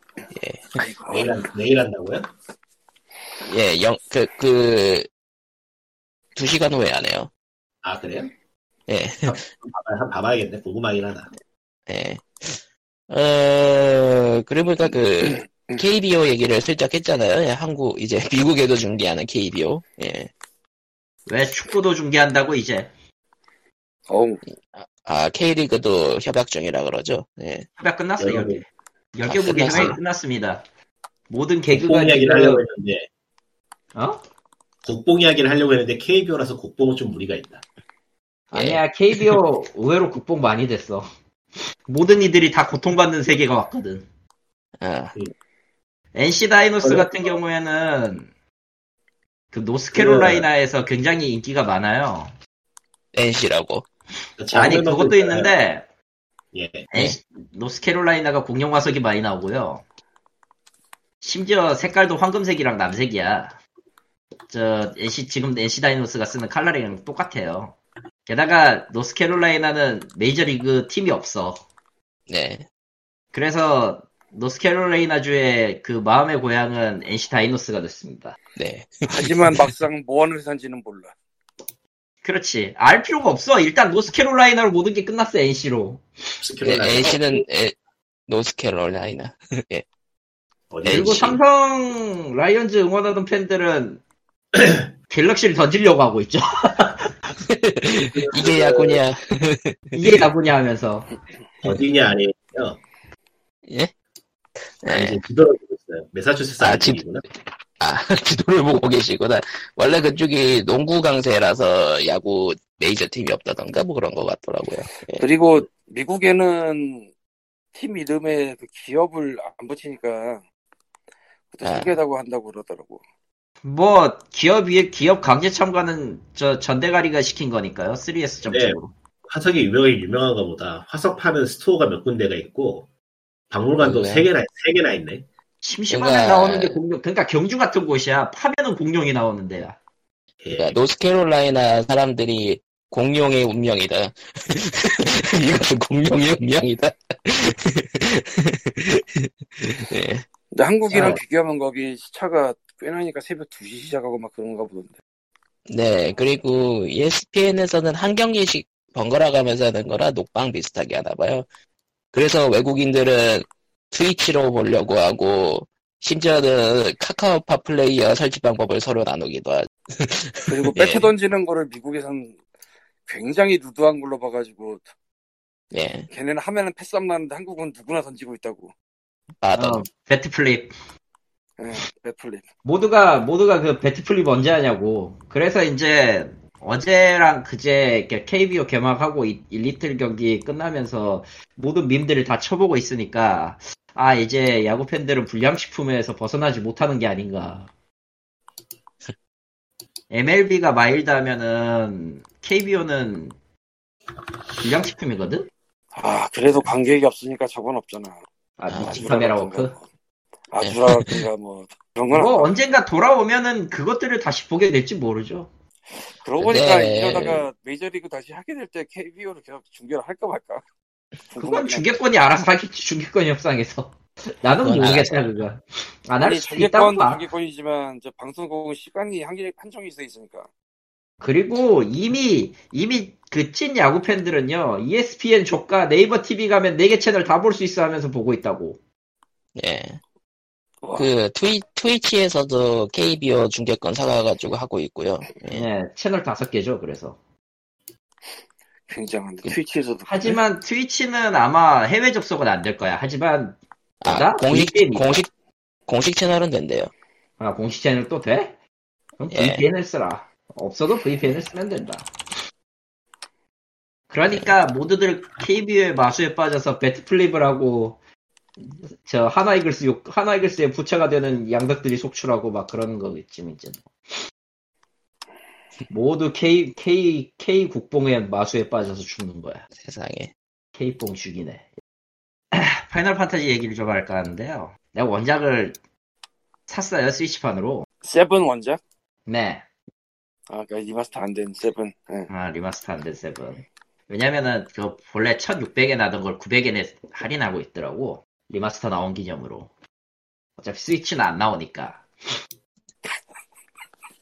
Speaker 1: 아이고,
Speaker 4: 내일 한, 내일 한다고요?
Speaker 2: 예, 예영그그 두시간 후에 안 해요
Speaker 4: 아 그래요?
Speaker 2: 예.
Speaker 4: 한번 봐봐- 봐봐야겠네. 궁금하긴 하다.
Speaker 2: 예. 어, 그래 보니까 그, KBO 얘기를 슬쩍 했잖아요. 예, 한국, 이제 미국에도 중계하는 KBO. 예.
Speaker 3: 왜 축구도 중계한다고 이제
Speaker 1: 어우,
Speaker 2: 아, K리그도 협약 중이라 그러죠. 예.
Speaker 3: 협약 끝났어요
Speaker 4: 여러분.
Speaker 3: 여기 여겨보기
Speaker 2: 아, 끝났어요.
Speaker 3: 협약이 끝났습니다. 모든
Speaker 4: 국뽕
Speaker 3: 개그가
Speaker 4: 이야기를
Speaker 3: 지금
Speaker 4: 하려고 했는데
Speaker 3: 어?
Speaker 4: 국뽕 이야기를 하려고 했는데 KBO라서 국뽕은 좀 무리가 있다.
Speaker 2: 예,
Speaker 3: 아니야 KBO <laughs> 의외로 극복 많이 됐어. 모든 이들이 다 고통받는 세계가 왔거든.
Speaker 2: 아,
Speaker 3: NC 다이노스
Speaker 4: 어렵다. 네.
Speaker 3: 같은 경우에는 그 노스캐롤라이나에서
Speaker 4: 네.
Speaker 3: 굉장히 인기가 많아요.
Speaker 2: NC라고.
Speaker 3: 아니
Speaker 4: 자원을
Speaker 3: 그것도
Speaker 4: 먹고 그러니까 있잖아요.
Speaker 3: 있는데 네,
Speaker 4: 예.
Speaker 3: NC 노스캐롤라이나가 공룡 화석이 많이 나오고요. 심지어 색깔도 황금색이랑 남색이야. 저 NC 지금 NC 다이노스가 쓰는 칼라링이랑 똑같아요. 게다가 노스캐롤라이나는 메이저리그 팀이 없어.
Speaker 2: 네.
Speaker 3: 그래서 노스캐롤레이나주의 그 마음의 고향은 NC 다이노스가 됐습니다.
Speaker 2: 네.
Speaker 1: 하지만 막상 뭐 하는 회사인지는 몰라.
Speaker 3: 그렇지. 알 필요가 없어. 일단 노스캐롤라이나로 모든 게 끝났어, NC로.
Speaker 4: 스킬을
Speaker 2: 네,
Speaker 4: 네,
Speaker 2: NC는 노스캐롤라이나.
Speaker 4: 어디
Speaker 3: 그리고
Speaker 2: NC.
Speaker 3: 삼성 라이언즈 응원하던 팬들은 갤럭시를 던지려고 하고 있죠.
Speaker 2: 이게 야구냐.
Speaker 3: 이게 야구냐 하면서.
Speaker 4: 어디냐 아니 있거든요.
Speaker 2: 예? 예.
Speaker 4: 이제 뒤돌아보고 있어요. 매사추세츠
Speaker 2: 아,
Speaker 4: 아직
Speaker 2: 지-
Speaker 4: 이구나
Speaker 2: 아, <laughs> 기도를 보고 계시구나. 원래 그쪽이 농구 강세라서 야구 메이저 팀이 없다던가 뭐 그런 것 같더라고요. 예.
Speaker 1: 그리고 미국에는 팀 이름에 그 기업을 안 붙이니까 그것도
Speaker 2: 아.
Speaker 1: 신기하다고 한다고 그러더라고.
Speaker 3: 뭐 기업 위에 기업 강제 참가는 저 전대가리가 시킨 거니까요. 3S 점적으로.
Speaker 4: 화석이 유명하게 유명한가 보다. 화석 파는 스토어가 몇 군데가 있고 박물관도
Speaker 2: 그러네.
Speaker 4: 세 개나 세 개나 있네.
Speaker 3: 심심하면
Speaker 2: 그러니까-
Speaker 3: 나오는 게 공룡. 그러니까 경주 같은 곳이야. 파면은 공룡이 나오는데야.
Speaker 4: 예.
Speaker 2: 그러니까 노스캐롤라이나 사람들이 공룡의 운명이다. <laughs> 이것은 공룡의 운명이다. <laughs> 예.
Speaker 1: 근데 한국이랑
Speaker 2: 아.
Speaker 1: 비교하면 거기 시차가 꽤 나니까 새벽 2시 시작하고 막 그런가 보던데.
Speaker 2: 네, 그리고 ESPN에서는 한 경기씩 번갈아 가면서 하는 거라 녹방 비슷하게 하나 봐요. 그래서 외국인들은 트위치로 보려고 하고 심지어는 카카오파 플레이어 설치 방법을 서로 나누기도 하죠.
Speaker 1: 그리고
Speaker 2: 예.
Speaker 1: 배트 던지는 거를 미국에선 굉장히 누드한 걸로 봐가지고
Speaker 2: 예,
Speaker 1: 걔네는 하면은 패스업 나는데 한국은 누구나 던지고 있다고.
Speaker 2: 바던.
Speaker 3: 어, 배트플립.
Speaker 1: 예, 배플립.
Speaker 3: 모두가 모두가 그 배트플립 언제 하냐고. 그래서 이제 어제랑 그제 이렇게 KBO 개막하고 이- 일리틀 경기 끝나면서 모든 밈들을 다 쳐보고 있으니까 아 이제 야구 팬들은 불량식품에서 벗어나지 못하는 게 아닌가. MLB가 마일드하면은 KBO는 불량식품이거든.
Speaker 1: 아, 그래도 관객이 없으니까 저건 없잖아.
Speaker 3: 아
Speaker 2: 아,
Speaker 3: 미친 카메라 워크.
Speaker 1: 뭐 아주라든가 뭐 그런 건
Speaker 3: 뭐
Speaker 1: 없고.
Speaker 3: 언젠가 돌아오면은 그것들을 다시 보게 될지 모르죠.
Speaker 1: 그러고 보니까
Speaker 2: 네.
Speaker 1: 이러다가 메이저리그 다시 하게 될 때 KBO를 계속 중계를 할까 <laughs> 말까.
Speaker 3: 그건
Speaker 1: 궁금하긴
Speaker 3: 중계권이 알아서 하겠지 중계권 협상에서 <laughs> 나는
Speaker 2: 그건
Speaker 3: 모르겠다 그거 안 할
Speaker 1: 한데.
Speaker 3: 수도 있다고
Speaker 1: 중계권
Speaker 3: 봐
Speaker 1: 중계권이지만 이제 방송국은 시간이 한, 한정이 있어 있으니까.
Speaker 3: 그리고 이미 이미 그 찐 야구 팬들은요 E ESPN 조카 네이버 TV 가면 4개 채널 다 볼 수 있어 하면서 보고 있다고
Speaker 2: 예.
Speaker 1: 와,
Speaker 2: 그 트위, 트위치에서도 KBO 중계권 사가가지고 하고 있고요. 예.
Speaker 1: 네.
Speaker 3: 예 채널 5개죠 그래서
Speaker 1: 굉장한데 트위치에서도.
Speaker 3: 예. 하지만 트위치는 아마 해외 접속은 안 될 거야 하지만
Speaker 2: 아,
Speaker 3: 맞아?
Speaker 2: 공식,
Speaker 3: VPN 이.
Speaker 2: 공식, 공식 채널은 된대요.
Speaker 3: 아 공식 채널 또 돼? 그럼
Speaker 2: 예.
Speaker 3: VPN을 쓰라. 없어도 VPN을 쓰면 된다. 그러니까 모두들 KBO의 마수에 빠져서 배트플립을 하고 저 하나이글스 욕 하나이글스의 부채가 되는 양덕들이 속출하고 막 그런 거겠지 이제. 모두 K K K 국뽕의 마수에 빠져서 죽는 거야.
Speaker 2: 세상에.
Speaker 3: K뽕 죽이네. <clears throat> 파이널 판타지 얘기를 좀 할까 하는데요. 내가 원작을 샀어요 스위치판으로.
Speaker 1: 세븐 원작?
Speaker 3: 네.
Speaker 1: 아, 그러니까 리마스터 안 된 세븐. 예.
Speaker 3: 아, 리마스터 안된 세븐. 왜냐면은 그 본래 1600엔 하던 걸 900엔에 할인하고 있더라고. 리마스터 나온 기념으로. 어차피 스위치는 안 나오니까.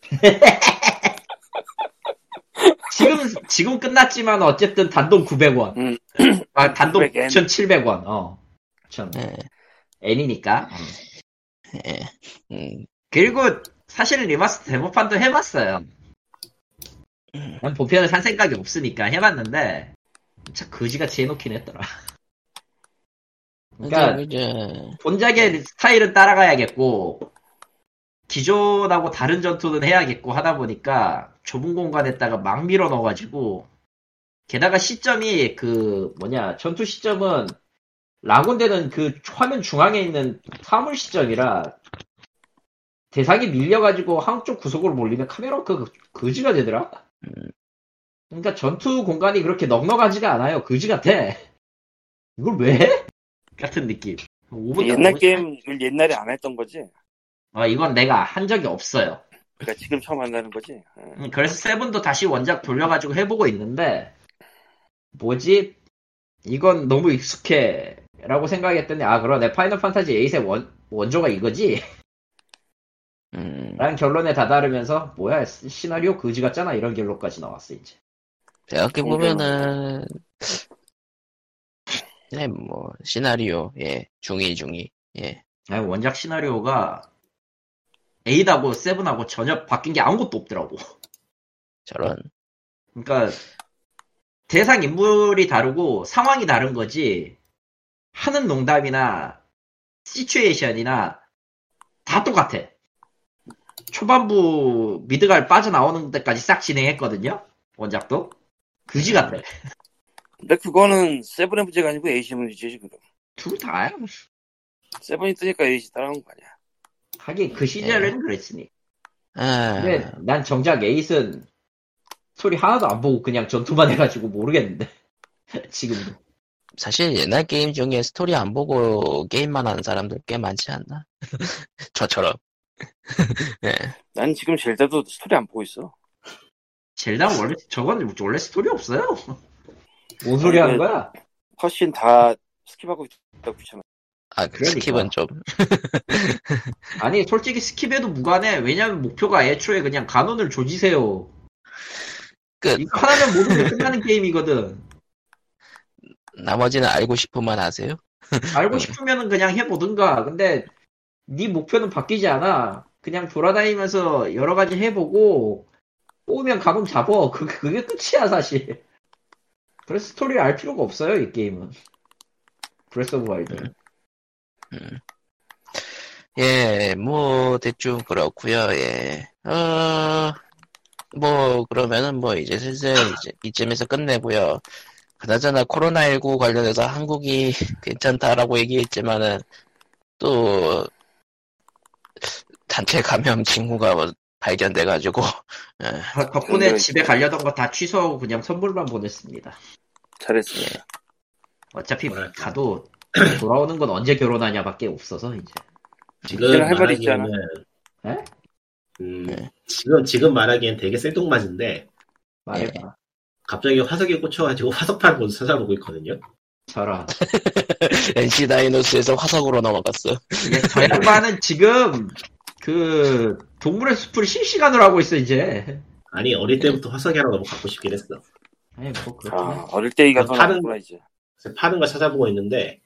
Speaker 3: <laughs> 지금 지금 끝났지만 어쨌든 단돈 900원.
Speaker 1: 음.
Speaker 3: 아, 단돈
Speaker 1: 900 엔.
Speaker 3: 9,700원. 어. 9,000.
Speaker 2: 예.
Speaker 3: 엔이니까.
Speaker 2: 음,
Speaker 3: 그리고 사실 리마스터 데모판도 해봤어요. 난 보편을 산 생각이 없으니까 해봤는데 진짜 거지같이 해놓긴 했더라. <laughs> 그러니까-
Speaker 2: 근데 이제
Speaker 3: 본작의 스타일은 따라가야겠고 기존하고 다른 전투는 해야겠고 하다 보니까 좁은 공간에다가 막 밀어 넣어가지고 게다가 시점이 그 뭐냐 전투 시점은 라군데는 그 화면 중앙에 있는 사물 시점이라 대상이 밀려가지고 한쪽 구석으로 몰리면 카메라 그 거지가 되더라. 그러니까 전투 공간이 그렇게 넉넉하지가 않아요. 거지 같아. 이걸 왜? 해? 같은 느낌. 5분
Speaker 1: 그 옛날 게임을 옛날에 안 했던 거지.
Speaker 3: 어, 이건 내가 한 적이 없어요.
Speaker 1: 그러니까 지금 처음 한다는 거지. 예.
Speaker 3: 음, 그래서 세븐도 다시 원작 돌려가지고 해보고 있는데, 뭐지? 이건 너무 익숙해. 라고 생각했더니, 아, 그러네. 파이널 판타지 8의 원, 원조가 이거지? <laughs>
Speaker 2: 음,
Speaker 3: 라는 결론에 다다르면서, 뭐야, 시- 시나리오 거지 같잖아. 이런 결론까지 나왔어, 이제.
Speaker 2: 어떻게
Speaker 1: 공개는
Speaker 2: 보면은 네, 뭐 시나리오 예 중위 중위 예
Speaker 3: 아니, 원작 시나리오가 8하고 7하고 전혀 바뀐 게 아무것도 없더라고.
Speaker 2: 저런
Speaker 3: 그러니까 대상 인물이 다르고 상황이 다른 거지 하는 농담이나 시츄에이션이나 다 똑같아. 초반부 미드갈 빠져나오는 데까지 싹 진행했거든요. 원작도 그지 같아.
Speaker 1: 근데 그거는 세븐의 문제가 아니고 에이시 문제지 그럼.
Speaker 3: 둘 다야.
Speaker 1: 세븐이 뜨니까 에이시 따라온 거 아니야.
Speaker 3: 하긴 그 시절에는 그랬으니.
Speaker 2: 아,
Speaker 3: 근데 난 정작 에잇은 소리 하나도 안 보고 그냥 전투만 해가지고 모르겠는데 <laughs> 지금도.
Speaker 2: 사실 옛날 게임 중에 스토리 안 보고 게임만 하는 사람들 꽤 많지 않나? <laughs> 저처럼.
Speaker 1: 난 지금 젤다도 스토리 안 보고 있어.
Speaker 3: 젤다 원래 저건 원래 스토리 없어요. 뭔 소리 하는 거야?
Speaker 1: 훨씬 다 스킵하고 있다 귀찮아.
Speaker 2: 아,
Speaker 3: 그러니까.
Speaker 2: 스킵은 좀.
Speaker 3: 아니 솔직히 스킵해도 무관해. 왜냐면 목표가 애초에 그냥 간혼을 조지세요.
Speaker 2: 끝.
Speaker 3: 이거 하나면 모든 게 끝나는 게임이거든.
Speaker 2: 나머지는 알고 싶으면 하세요.
Speaker 3: 알고
Speaker 2: 음.
Speaker 3: 싶으면은 그냥 해보든가. 근데 네 목표는 바뀌지 않아. 그냥 돌아다니면서 여러 가지 해보고 뽑으면 가끔 잡어. <laughs> 그, 그게 끝이야 사실. 그래서 스토리를 알 필요가 없어요 이 게임은. 브레스 오브 와일드.
Speaker 2: 예, 뭐 대충 그렇고요. 예. 어, 뭐 그러면은 뭐 이제 슬슬 이제 이쯤에서 끝내고요. 그나저나 코로나19 관련해서 한국이 <laughs> 괜찮다라고 얘기했지만은 또 단체 감염 친구가 뭐 발견돼가지고 <laughs>
Speaker 3: 덕분에
Speaker 1: 네.
Speaker 3: 집에 가려던 거 다 취소하고 그냥 선물만 보냈습니다.
Speaker 1: 잘했습니다.
Speaker 3: 어차피
Speaker 4: 뭐랄까.
Speaker 3: 가도 돌아오는 건 언제 결혼하냐밖에 없어서 이제.
Speaker 1: 네.
Speaker 4: 지금
Speaker 1: 그때는 할말
Speaker 4: 말하기에는
Speaker 3: 에?
Speaker 4: 음,
Speaker 2: 네.
Speaker 4: 지금 지금 말하기엔 되게 셀똥맞은데
Speaker 3: 말해봐.
Speaker 4: 갑자기 화석에 꽂혀가지고 <laughs> 화석판 곳 찾아보고 있거든요.
Speaker 3: 저런.
Speaker 2: NC 다이노스에서 화석으로 넘어갔어.
Speaker 3: 예, <laughs> 저 양반은 지금 그 동물의 숲을 실시간으로 하고 있어 이제.
Speaker 4: 아니 어릴 때부터 화석이 하나 너무 갖고 싶긴 했어.
Speaker 3: 아니 뭐 그렇구나.
Speaker 1: 아, 어릴 때 이가 더
Speaker 4: 다른-
Speaker 1: 나구나 이제.
Speaker 4: 그래서 파는 걸 찾아보고 있는데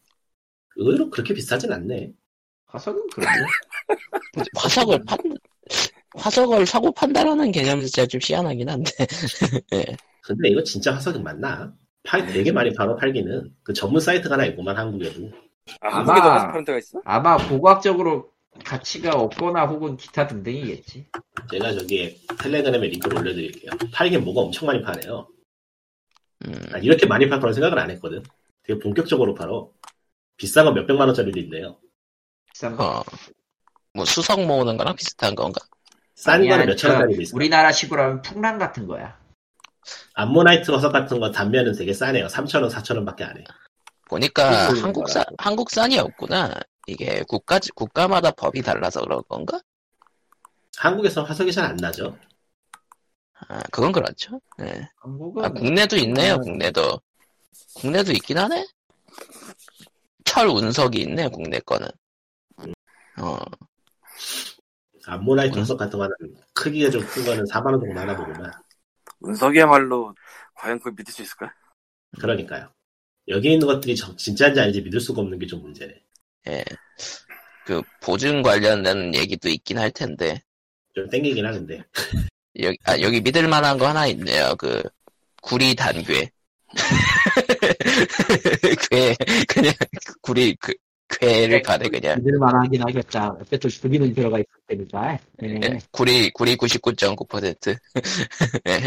Speaker 4: 의외로 그렇게 비싸진 않네.
Speaker 3: 화석은 그렇고.
Speaker 2: 화석을 판 화석을 사고 판다라는 개념 자체가 좀 희한하긴 한데.
Speaker 4: 근데 이거 진짜 화석이 맞나? 팔 되게 많이 바로 팔기는 그 전문 사이트가 하나 있구만 한국에도.
Speaker 1: 아,
Speaker 3: 아마-
Speaker 1: 한국에도 가서 파는 데가 있어?
Speaker 3: 아마 고고학적으로 가치가 없거나 혹은 기타 등등이겠지.
Speaker 4: 제가 저기 텔레그램에 링크를 올려드릴게요. 팔긴 뭐가 엄청 많이 파네요.
Speaker 2: 음.
Speaker 4: 아, 이렇게 많이 팔 거란 생각을 안 했거든. 되게 본격적으로 팔어. 비싼 건 몇백만 원짜리도 있네요.
Speaker 3: 비싼 거.
Speaker 2: 어, 뭐 수석 모으는 거랑 비슷한 건가?
Speaker 4: 싼
Speaker 3: 아니야,
Speaker 4: 거는 몇천
Speaker 3: 저
Speaker 4: 원짜리도 있어.
Speaker 3: 우리나라식으로 하면 풍랑 같은 거야.
Speaker 4: 암모나이트 화석 같은 거 단면은 되게 싸네요. 3천 원, 4천 원밖에 안 해.
Speaker 2: 보니까
Speaker 3: 그치,
Speaker 2: 한국산
Speaker 3: 뭐라고.
Speaker 2: 한국산이 없구나. 이게 국가 국가마다 법이 달라서 그런 건가?
Speaker 4: 한국에서 화석이 잘 안 나죠.
Speaker 2: 아, 그건 그렇죠. 예.
Speaker 3: 한국은
Speaker 2: 아, 국내도 있네요.
Speaker 3: 음.
Speaker 2: 국내도 국내도 있긴 하네. 철 운석이 있네. 국내 거는. 어,
Speaker 4: 암모나이트
Speaker 1: 네.
Speaker 2: 음.
Speaker 4: 화석 같은 거는 크기가 좀 큰 거는 4만 원 정도 하나 보구나.
Speaker 1: 운석이야말로 과연 그걸 믿을 수 있을까?
Speaker 4: 그러니까요. 여기 있는 것들이 저- 진짜인지 아닌지 믿을 수가 없는 게 좀 문제네.
Speaker 2: 그 보증 관련된 얘기도 있긴 할 텐데.
Speaker 4: 좀 땡기긴 하는데.
Speaker 2: 여기 아, 여기 믿을 만한 거 하나 있네요. 그 구리 단괴. <laughs> 괴 그냥 구리 그 괴를 가네 그냥.
Speaker 3: 믿을만 하긴 하겠다. 배틀 죽이는 들어가 있을 테니까. 예.
Speaker 2: 예, 구리, 구리 99.9%. <laughs> 예,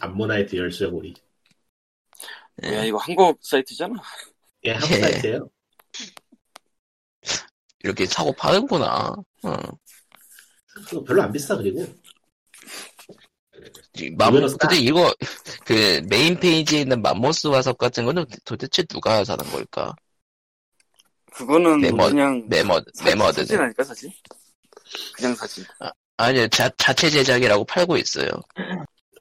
Speaker 4: 암모나이트 열쇠 고리.
Speaker 2: 예.
Speaker 1: 야, 이거 한국 사이트잖아.
Speaker 4: 예, 한국
Speaker 2: 예.
Speaker 1: 네.
Speaker 4: 사이트예요.
Speaker 2: 이렇게 사고 파는구나. 어.
Speaker 4: 그거 별로 안 비싸 그리고.
Speaker 2: 이 맘모스,
Speaker 4: 의외로 싸.
Speaker 2: 근데 이거, 그, 메인 페이지에 있는 맘모스 화석 같은 거는 도대체 누가 사는 걸까?
Speaker 1: 그거는
Speaker 2: 메모-
Speaker 1: 그냥
Speaker 2: 메머,
Speaker 1: 사- 사진
Speaker 2: 메머드네.
Speaker 1: 아닐까 사진? 그냥 사진.
Speaker 2: 아니요, 자, 자체 제작이라고 팔고 있어요.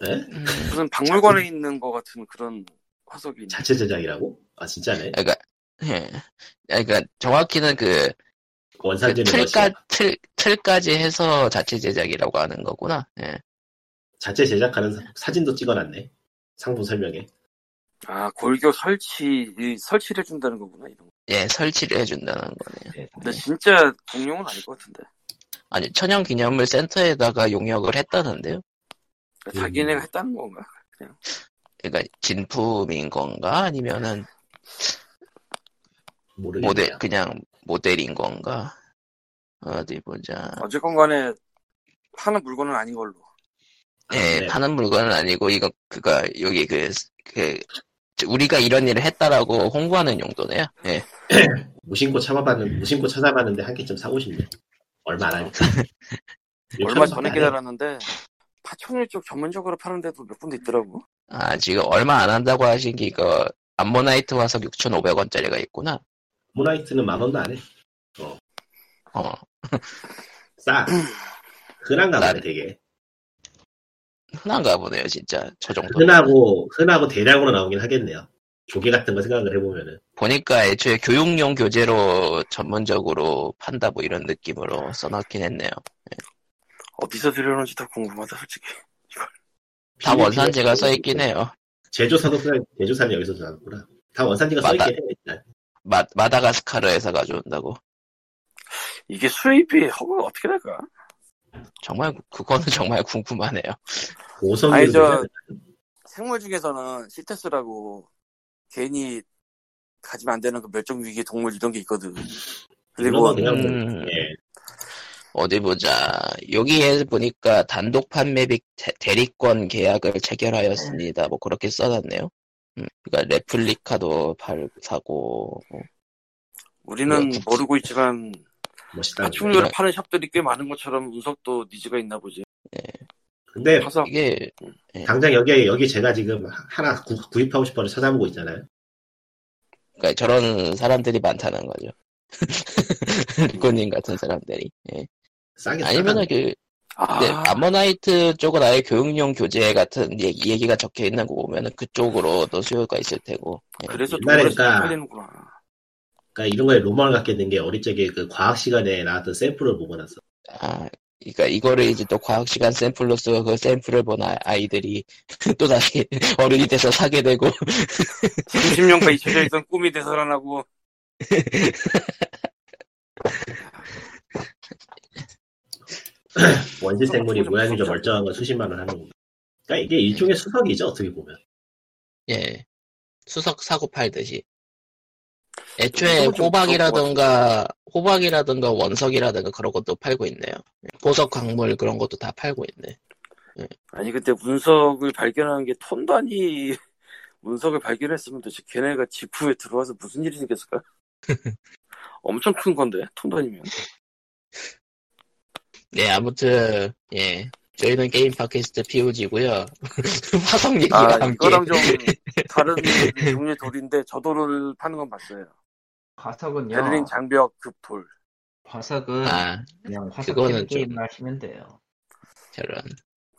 Speaker 4: 예?
Speaker 2: 음,
Speaker 1: 무슨 박물관에 있는 것 같은 그런 화석이. 있네.
Speaker 4: 자체 제작이라고? 아 진짜네.
Speaker 2: 그러니까, 예. 그러니까, 정확히는 그, 그
Speaker 4: 원산지는
Speaker 1: 그러니까
Speaker 2: 틀까,
Speaker 4: 러시아.
Speaker 2: 틀, 틀까지 해서 자체 제작이라고 하는 거구나. 예.
Speaker 4: 자체 제작하는 사- 사진도 찍어놨네. 상품 설명에.
Speaker 1: 아 골격 설치 이 설치를 해준다는 거구나 이런. 거.
Speaker 2: 예, 설치를 해준다는 거네요.
Speaker 1: 근데 진짜 공룡은 아닐 것 같은데.
Speaker 2: 아니, 천연 기념물 센터에다가 용역을 했다는데요?
Speaker 1: 그러니까 자기네가 했다는 건가?
Speaker 2: 그러니까 진품인 건가 아니면은
Speaker 4: 모르겠네요.
Speaker 1: 뭐,
Speaker 2: 모델 그냥 모델인 건가? 어디 보자.
Speaker 1: 어쨌건 간에 파는 물건은 아닌 걸로.
Speaker 2: 예,
Speaker 4: 네.
Speaker 2: 파는 물건은 아니고 이거 그가 여기 그, 그 우리가 이런 일을 했다라고 홍보하는 용도네요. 예.
Speaker 4: 무심코 참아봤는 무심코 찾아봤는데 한 개쯤 사고 싶네.
Speaker 1: <laughs>
Speaker 4: 얼마 안 하니까.
Speaker 1: 얼마 전에 깨달았는데 파충류 쪽 전문적으로 파는 데도 몇 군데 있더라고.
Speaker 2: 아 지금 얼마 안 한다고 하신 게 이거 암모나이트 화석 6,500원짜리가 있구나.
Speaker 4: 모나이트는 만 원도 안 해.
Speaker 2: 어,
Speaker 4: 싸. 흔한가
Speaker 2: 나-
Speaker 4: 보네 되게.
Speaker 2: 흔한가 보네요, 진짜 저 정도.
Speaker 4: 흔하고 흔하고 대량으로 나오긴 하겠네요. 조개 같은 거 생각을 해보면은
Speaker 2: 보니까 애초에 교육용 교재로 전문적으로 판다 뭐 이런 느낌으로 써놨긴 했네요.
Speaker 1: 어디서 들여오는지 더 궁금하다 솔직히.
Speaker 2: 다 원산지가 써있긴 해요.
Speaker 4: 제조사도 그냥 제조사는 여기서 나왔구나. 다 원산지가
Speaker 2: 맞다.
Speaker 4: 써있긴 해. 일단.
Speaker 2: 마, 마다가스카르에서 가져온다고.
Speaker 1: 이게 수입이 허가 어떻게 될까?
Speaker 2: 정말 그거는 <laughs> 정말 궁금하네요.
Speaker 4: 오성이
Speaker 1: 아니, 저- 생물 중에서는 시테스라고 괜히 가지면 안 되는 그 멸종 위기 동물 이런 게 있거든. 그리고
Speaker 4: 물론 그냥
Speaker 2: 음.
Speaker 4: 예.
Speaker 2: 어디 보자. 여기에 보니까 단독 판매 및 대- 대리권 계약을 체결하였습니다. 뭐 그렇게 써놨네요. 음, 그러니까 레플리카도 팔 사고 뭐
Speaker 1: 우리는
Speaker 2: 뭐,
Speaker 1: 모르고 있지만
Speaker 4: 멋있다.
Speaker 1: 아, 파충류를
Speaker 2: 그냥-
Speaker 1: 파는 샵들이 꽤 많은 것처럼 운석도 니즈가 있나 보지.
Speaker 4: 근데
Speaker 1: 파서
Speaker 2: 이게
Speaker 4: 당장 여기 여기 제가 지금 하나 구, 입하고 싶어서 찾아보고 있잖아요.
Speaker 2: 그러니까 저런 사람들이 많다는 거죠. <laughs> 리코님 같은 사람들이. 예.
Speaker 4: 싸게
Speaker 2: 아니면은
Speaker 4: 싸다.
Speaker 2: 그
Speaker 1: 아,
Speaker 2: 근데 아머나이트 쪽은 아예 교육용 교재 같은 얘기, 얘기가 적혀 있는 거 보면은 그쪽으로도 수요가 있을 테고. 예.
Speaker 1: 그래서
Speaker 4: 옛날에
Speaker 1: 동물에서
Speaker 4: 그러니까-
Speaker 1: 팔리는구나.
Speaker 4: 그러니까 이런 거에 로망을 갖게 된 게 어릴 적에 그 과학 시간에 나왔던 샘플을 보고 나서
Speaker 2: 아, 그러니까 이거를 이제 또 과학 시간 샘플로 쓰고 그 샘플을 본 아- 아이들이 <laughs> 또 다시 <laughs> 어른이 돼서 사게 되고
Speaker 1: 30년간 잊혀져 있던 꿈이 되살아나고
Speaker 4: 원시
Speaker 1: 아,
Speaker 4: 생물이 모양이 좀 멀쩡한 건 수십만 원 하는 거. 그러니까 이게
Speaker 1: 네.
Speaker 4: 일종의 수석이죠 어떻게 보면.
Speaker 2: 예 수석 사고 팔듯이 애초에
Speaker 1: 이거 좀
Speaker 2: 호박이라던가 호박이라던가 원석이라던가 그런 것도 팔고 있네요 보석 광물 그런 것도 다 팔고 있네
Speaker 1: 아니 그때 문석을 발견한 게 톤단이 <laughs> 문석을 발견했으면 도대체 걔네가 지구에 들어와서 무슨 일이 <laughs> 생겼을까? 엄청 큰 건데 톤단이면
Speaker 2: 네 아무튼 예 저희는 게임 팟캐스트 POG고요 <laughs> 화석 얘기가
Speaker 1: 아
Speaker 2: 함께
Speaker 1: 이거랑 좀 다른 종류의 돌인데 저 돌을 파는 건 봤어요
Speaker 3: 화석은요.
Speaker 1: 베를린 장벽 급돌
Speaker 3: 화석은
Speaker 2: 아
Speaker 3: 그냥 화석
Speaker 2: 그거는 좀-
Speaker 3: 캐릭터 게임만 하시면 돼요.
Speaker 2: 저런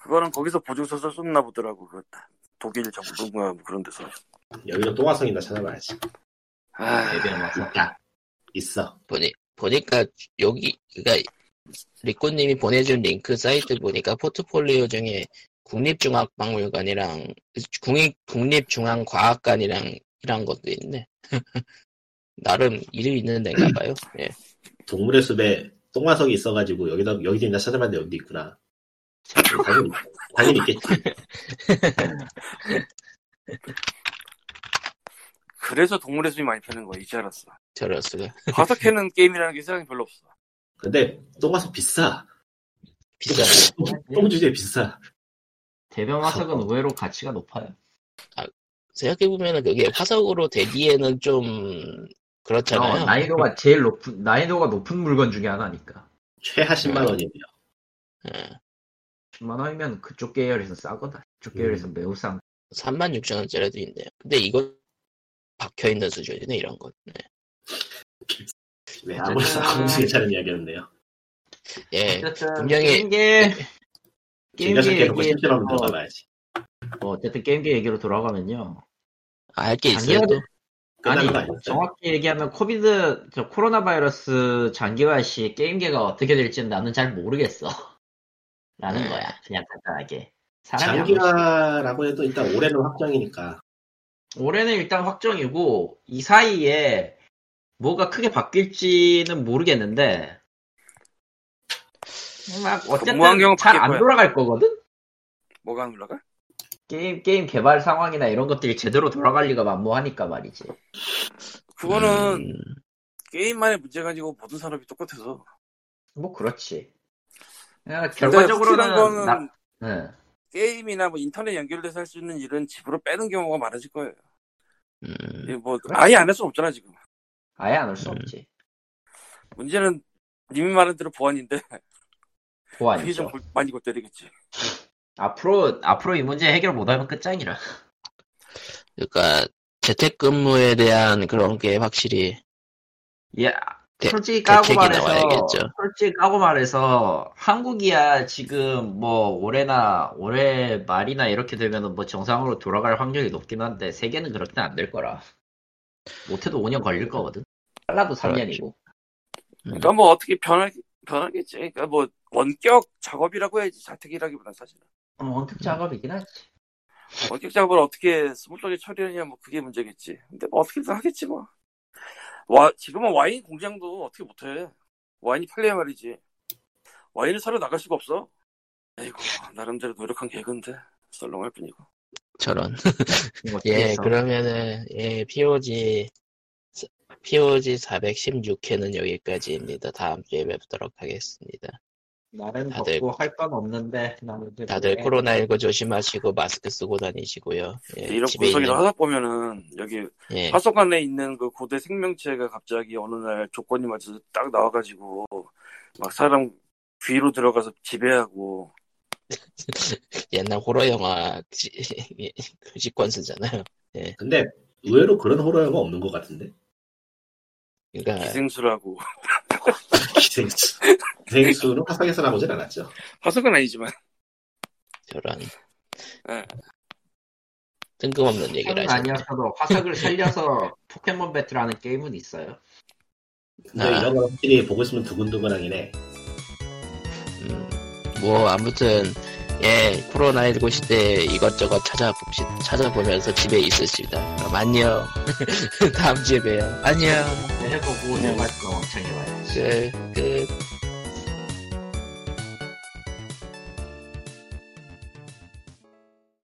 Speaker 1: 그거는 거기서 보증서서 썼나 보더라고 그 독일 정부가 뭐 그런 데서
Speaker 4: 여기도 또화성이나 찾아봐야지. 네, 뭐,
Speaker 1: 아,
Speaker 3: 레벨 화석.
Speaker 4: 있다. 있어.
Speaker 2: 보니, 보니까 여기 그러니까 리코님이 보내준 링크 사이트 보니까 포트폴리오 중에 국립중앙박물관이랑 국립 국립중앙과학관이랑 이런 것도 있네. <laughs> 나름 이름 있는 데인가 봐요. 예.
Speaker 4: 동물의 숲에 똥화석이 있어가지고 여기다 여기도 있나 찾아봤는데 여기도 있구나. 당연히, 당연히 있겠지.
Speaker 1: 그래서 동물의 숲이 많이 파는 거야 이제 알았어
Speaker 2: 저럴 수가.
Speaker 1: 화석해는 게임이라는 게 세상에 별로 없어
Speaker 4: 근데 똥화석 비싸.
Speaker 2: 비싸.
Speaker 3: 예.
Speaker 4: 똥 주제 비싸.
Speaker 3: 네. 대변 화석은 의외로 가치가 높아요.
Speaker 2: 생각해 보면은 그게 화석으로 되기에는 좀 그렇잖아요.
Speaker 3: 어, 난이도가 제일 높은 난이도가 높은 물건 중에 하나니까.
Speaker 4: 최하 10만 원이에요.
Speaker 2: 예.
Speaker 3: 10만 원이면 그쪽 계열에서 싸거다. 그쪽 계열에서 매우 싼.
Speaker 2: 36,000원짜리도 있네요. 근데 이건 박혀 있는 수준이네 이런 건. 예.
Speaker 4: 네, 아무리 싸고 괜찮은 이야기였네요.
Speaker 2: 예.
Speaker 3: 어쨌든
Speaker 2: 분명히-
Speaker 3: 게임계
Speaker 4: 진 녀석
Speaker 3: 게임계
Speaker 4: 깨놓고
Speaker 3: 얘기에
Speaker 4: 10만 원
Speaker 3: 뭐,
Speaker 4: 들어가봐야지.
Speaker 3: 뭐 어쨌든 게임계 얘기로 돌아가면요.
Speaker 2: 할 게 있어요.
Speaker 3: 당연하죠.
Speaker 2: 또?
Speaker 4: 끝나는
Speaker 3: 아니
Speaker 4: 거 아니었어요?
Speaker 3: 정확히 얘기하면 코비드 저 코로나 바이러스 장기화 시 게임계가 어떻게 될지는 나는 잘 모르겠어. <laughs> 라는
Speaker 2: 음.
Speaker 3: 거야. 그냥 간단하게. 사람이 안
Speaker 4: 장기화라고 해도 일단 올해는 확정이니까.
Speaker 3: 올해는 일단 확정이고 이 사이에 뭐가 크게 바뀔지는 모르겠는데 막 어쨌든
Speaker 1: 그 근무환경은
Speaker 3: 잘
Speaker 1: 바뀔
Speaker 3: 안
Speaker 1: 거야.
Speaker 3: 돌아갈 거거든.
Speaker 1: 뭐가 안 올라가?
Speaker 3: 게임 게임 개발 상황이나 이런 것들이 제대로 돌아갈 리가 만무하니까 말이지.
Speaker 1: 그거는
Speaker 2: 음,
Speaker 1: 게임만의 문제 가지고 모든 산업이 똑같아서.
Speaker 3: 뭐 그렇지. 야,
Speaker 1: 근데 확실한 거는
Speaker 3: 결과적으로는 나, 네, 응.
Speaker 1: 게임이나 뭐 인터넷 연결돼서 할 수 있는 일은 집으로 빼는 경우가 많아질 거예요.
Speaker 2: 음,
Speaker 1: 이게 뭐 아예 안 할 수 없잖아 지금.
Speaker 3: 아예 안 올 수
Speaker 2: 음.
Speaker 3: 없지.
Speaker 1: 문제는 님이 말한 대로 보안인데 그게
Speaker 3: 보안이죠.
Speaker 1: 좀 골- 많이 음. 골 때리겠지.
Speaker 3: 앞으로 앞으로 이 문제 해결 못하면 끝장이라. <laughs>
Speaker 2: 그러니까 재택근무에 대한 그런 게 확실히
Speaker 3: 예.
Speaker 2: 대-
Speaker 3: 솔직히 까고
Speaker 2: 대책이
Speaker 3: 말해서
Speaker 2: 나와야겠죠.
Speaker 3: 솔직히 까고 말해서 한국이야 지금 뭐 올해나 올해 말이나 이렇게 되면은 뭐 정상으로 돌아갈 확률이 높긴 한데 세계는 그렇게 안 될 거라. 못해도 5년 걸릴 거거든. 빨라도 3년이고.
Speaker 1: 그러니까 뭐 어떻게 변할 변하겠지. 그러니까 뭐 원격 작업이라고 해야지 자택이라기보다 사실. 은
Speaker 2: 음.
Speaker 3: 원격 어, 작업이긴 하지.
Speaker 1: 원격 작업을 어떻게 스무스하게 처리하냐 뭐 그게 문제겠지. 근데 뭐 어떻게든 하겠지 뭐. 와 지금은 와인 공장도 어떻게 못해. 와인이 팔려야 말이지. 와인을 사러 나갈 수가 없어. 아이고 나름대로 노력한 개그인데 썰렁할 뿐이고.
Speaker 2: 저런.
Speaker 3: 뭐 어떻게
Speaker 2: 예,
Speaker 3: 해서.
Speaker 2: 그러면은 예, POG POG 416회는 여기까지입니다. 다음 주에 뵙도록 하겠습니다.
Speaker 3: 나는
Speaker 2: 다들-
Speaker 3: 덥고 할 건 없는데 나는 이제
Speaker 2: 다들
Speaker 1: 네.
Speaker 3: 그래.
Speaker 2: 코로나19 조심하시고 마스크 쓰고 다니시고요. 예,
Speaker 1: 이런
Speaker 2: 집에 있는
Speaker 1: 구석이라 하다 보면은 여기
Speaker 2: 예,
Speaker 1: 화석관에 있는 그 고대 생명체가 갑자기 어느 날 조건이 맞아서 딱 나와가지고 막 사람 귀로 들어가서 지배하고
Speaker 2: 옛날 호러 영화 지- 예, 직권 쓰잖아요.
Speaker 4: 근데 의외로 그런 호러가 없는 것 같은데.
Speaker 2: 그러니까
Speaker 1: 기생수라고 <laughs>
Speaker 4: 기생수. 기생수는 화성에서 나오진 않았죠.
Speaker 1: 화석은 아니지만
Speaker 2: 저런
Speaker 1: 예.
Speaker 2: 뜬금없는 얘기를
Speaker 3: 화석은
Speaker 2: 하시네.
Speaker 3: 아니었어도
Speaker 2: <laughs>
Speaker 3: 화석을 살려서 포켓몬 배틀하는 게임은 있어요.
Speaker 4: 근데
Speaker 2: 아.
Speaker 4: 이런 거 확실히 보고 있으면 두근두근하긴 해.
Speaker 2: 음, 뭐 아무튼 예 코로나19 시대에 이것저것 찾아봅시 찾아보면서 집에 있으시다. 그럼 <laughs> 안녕. 다음 주에 봬요. 안녕.
Speaker 3: 네, 해보고 내가 또 엄청 해봐야지.
Speaker 2: 네, 끝 끝.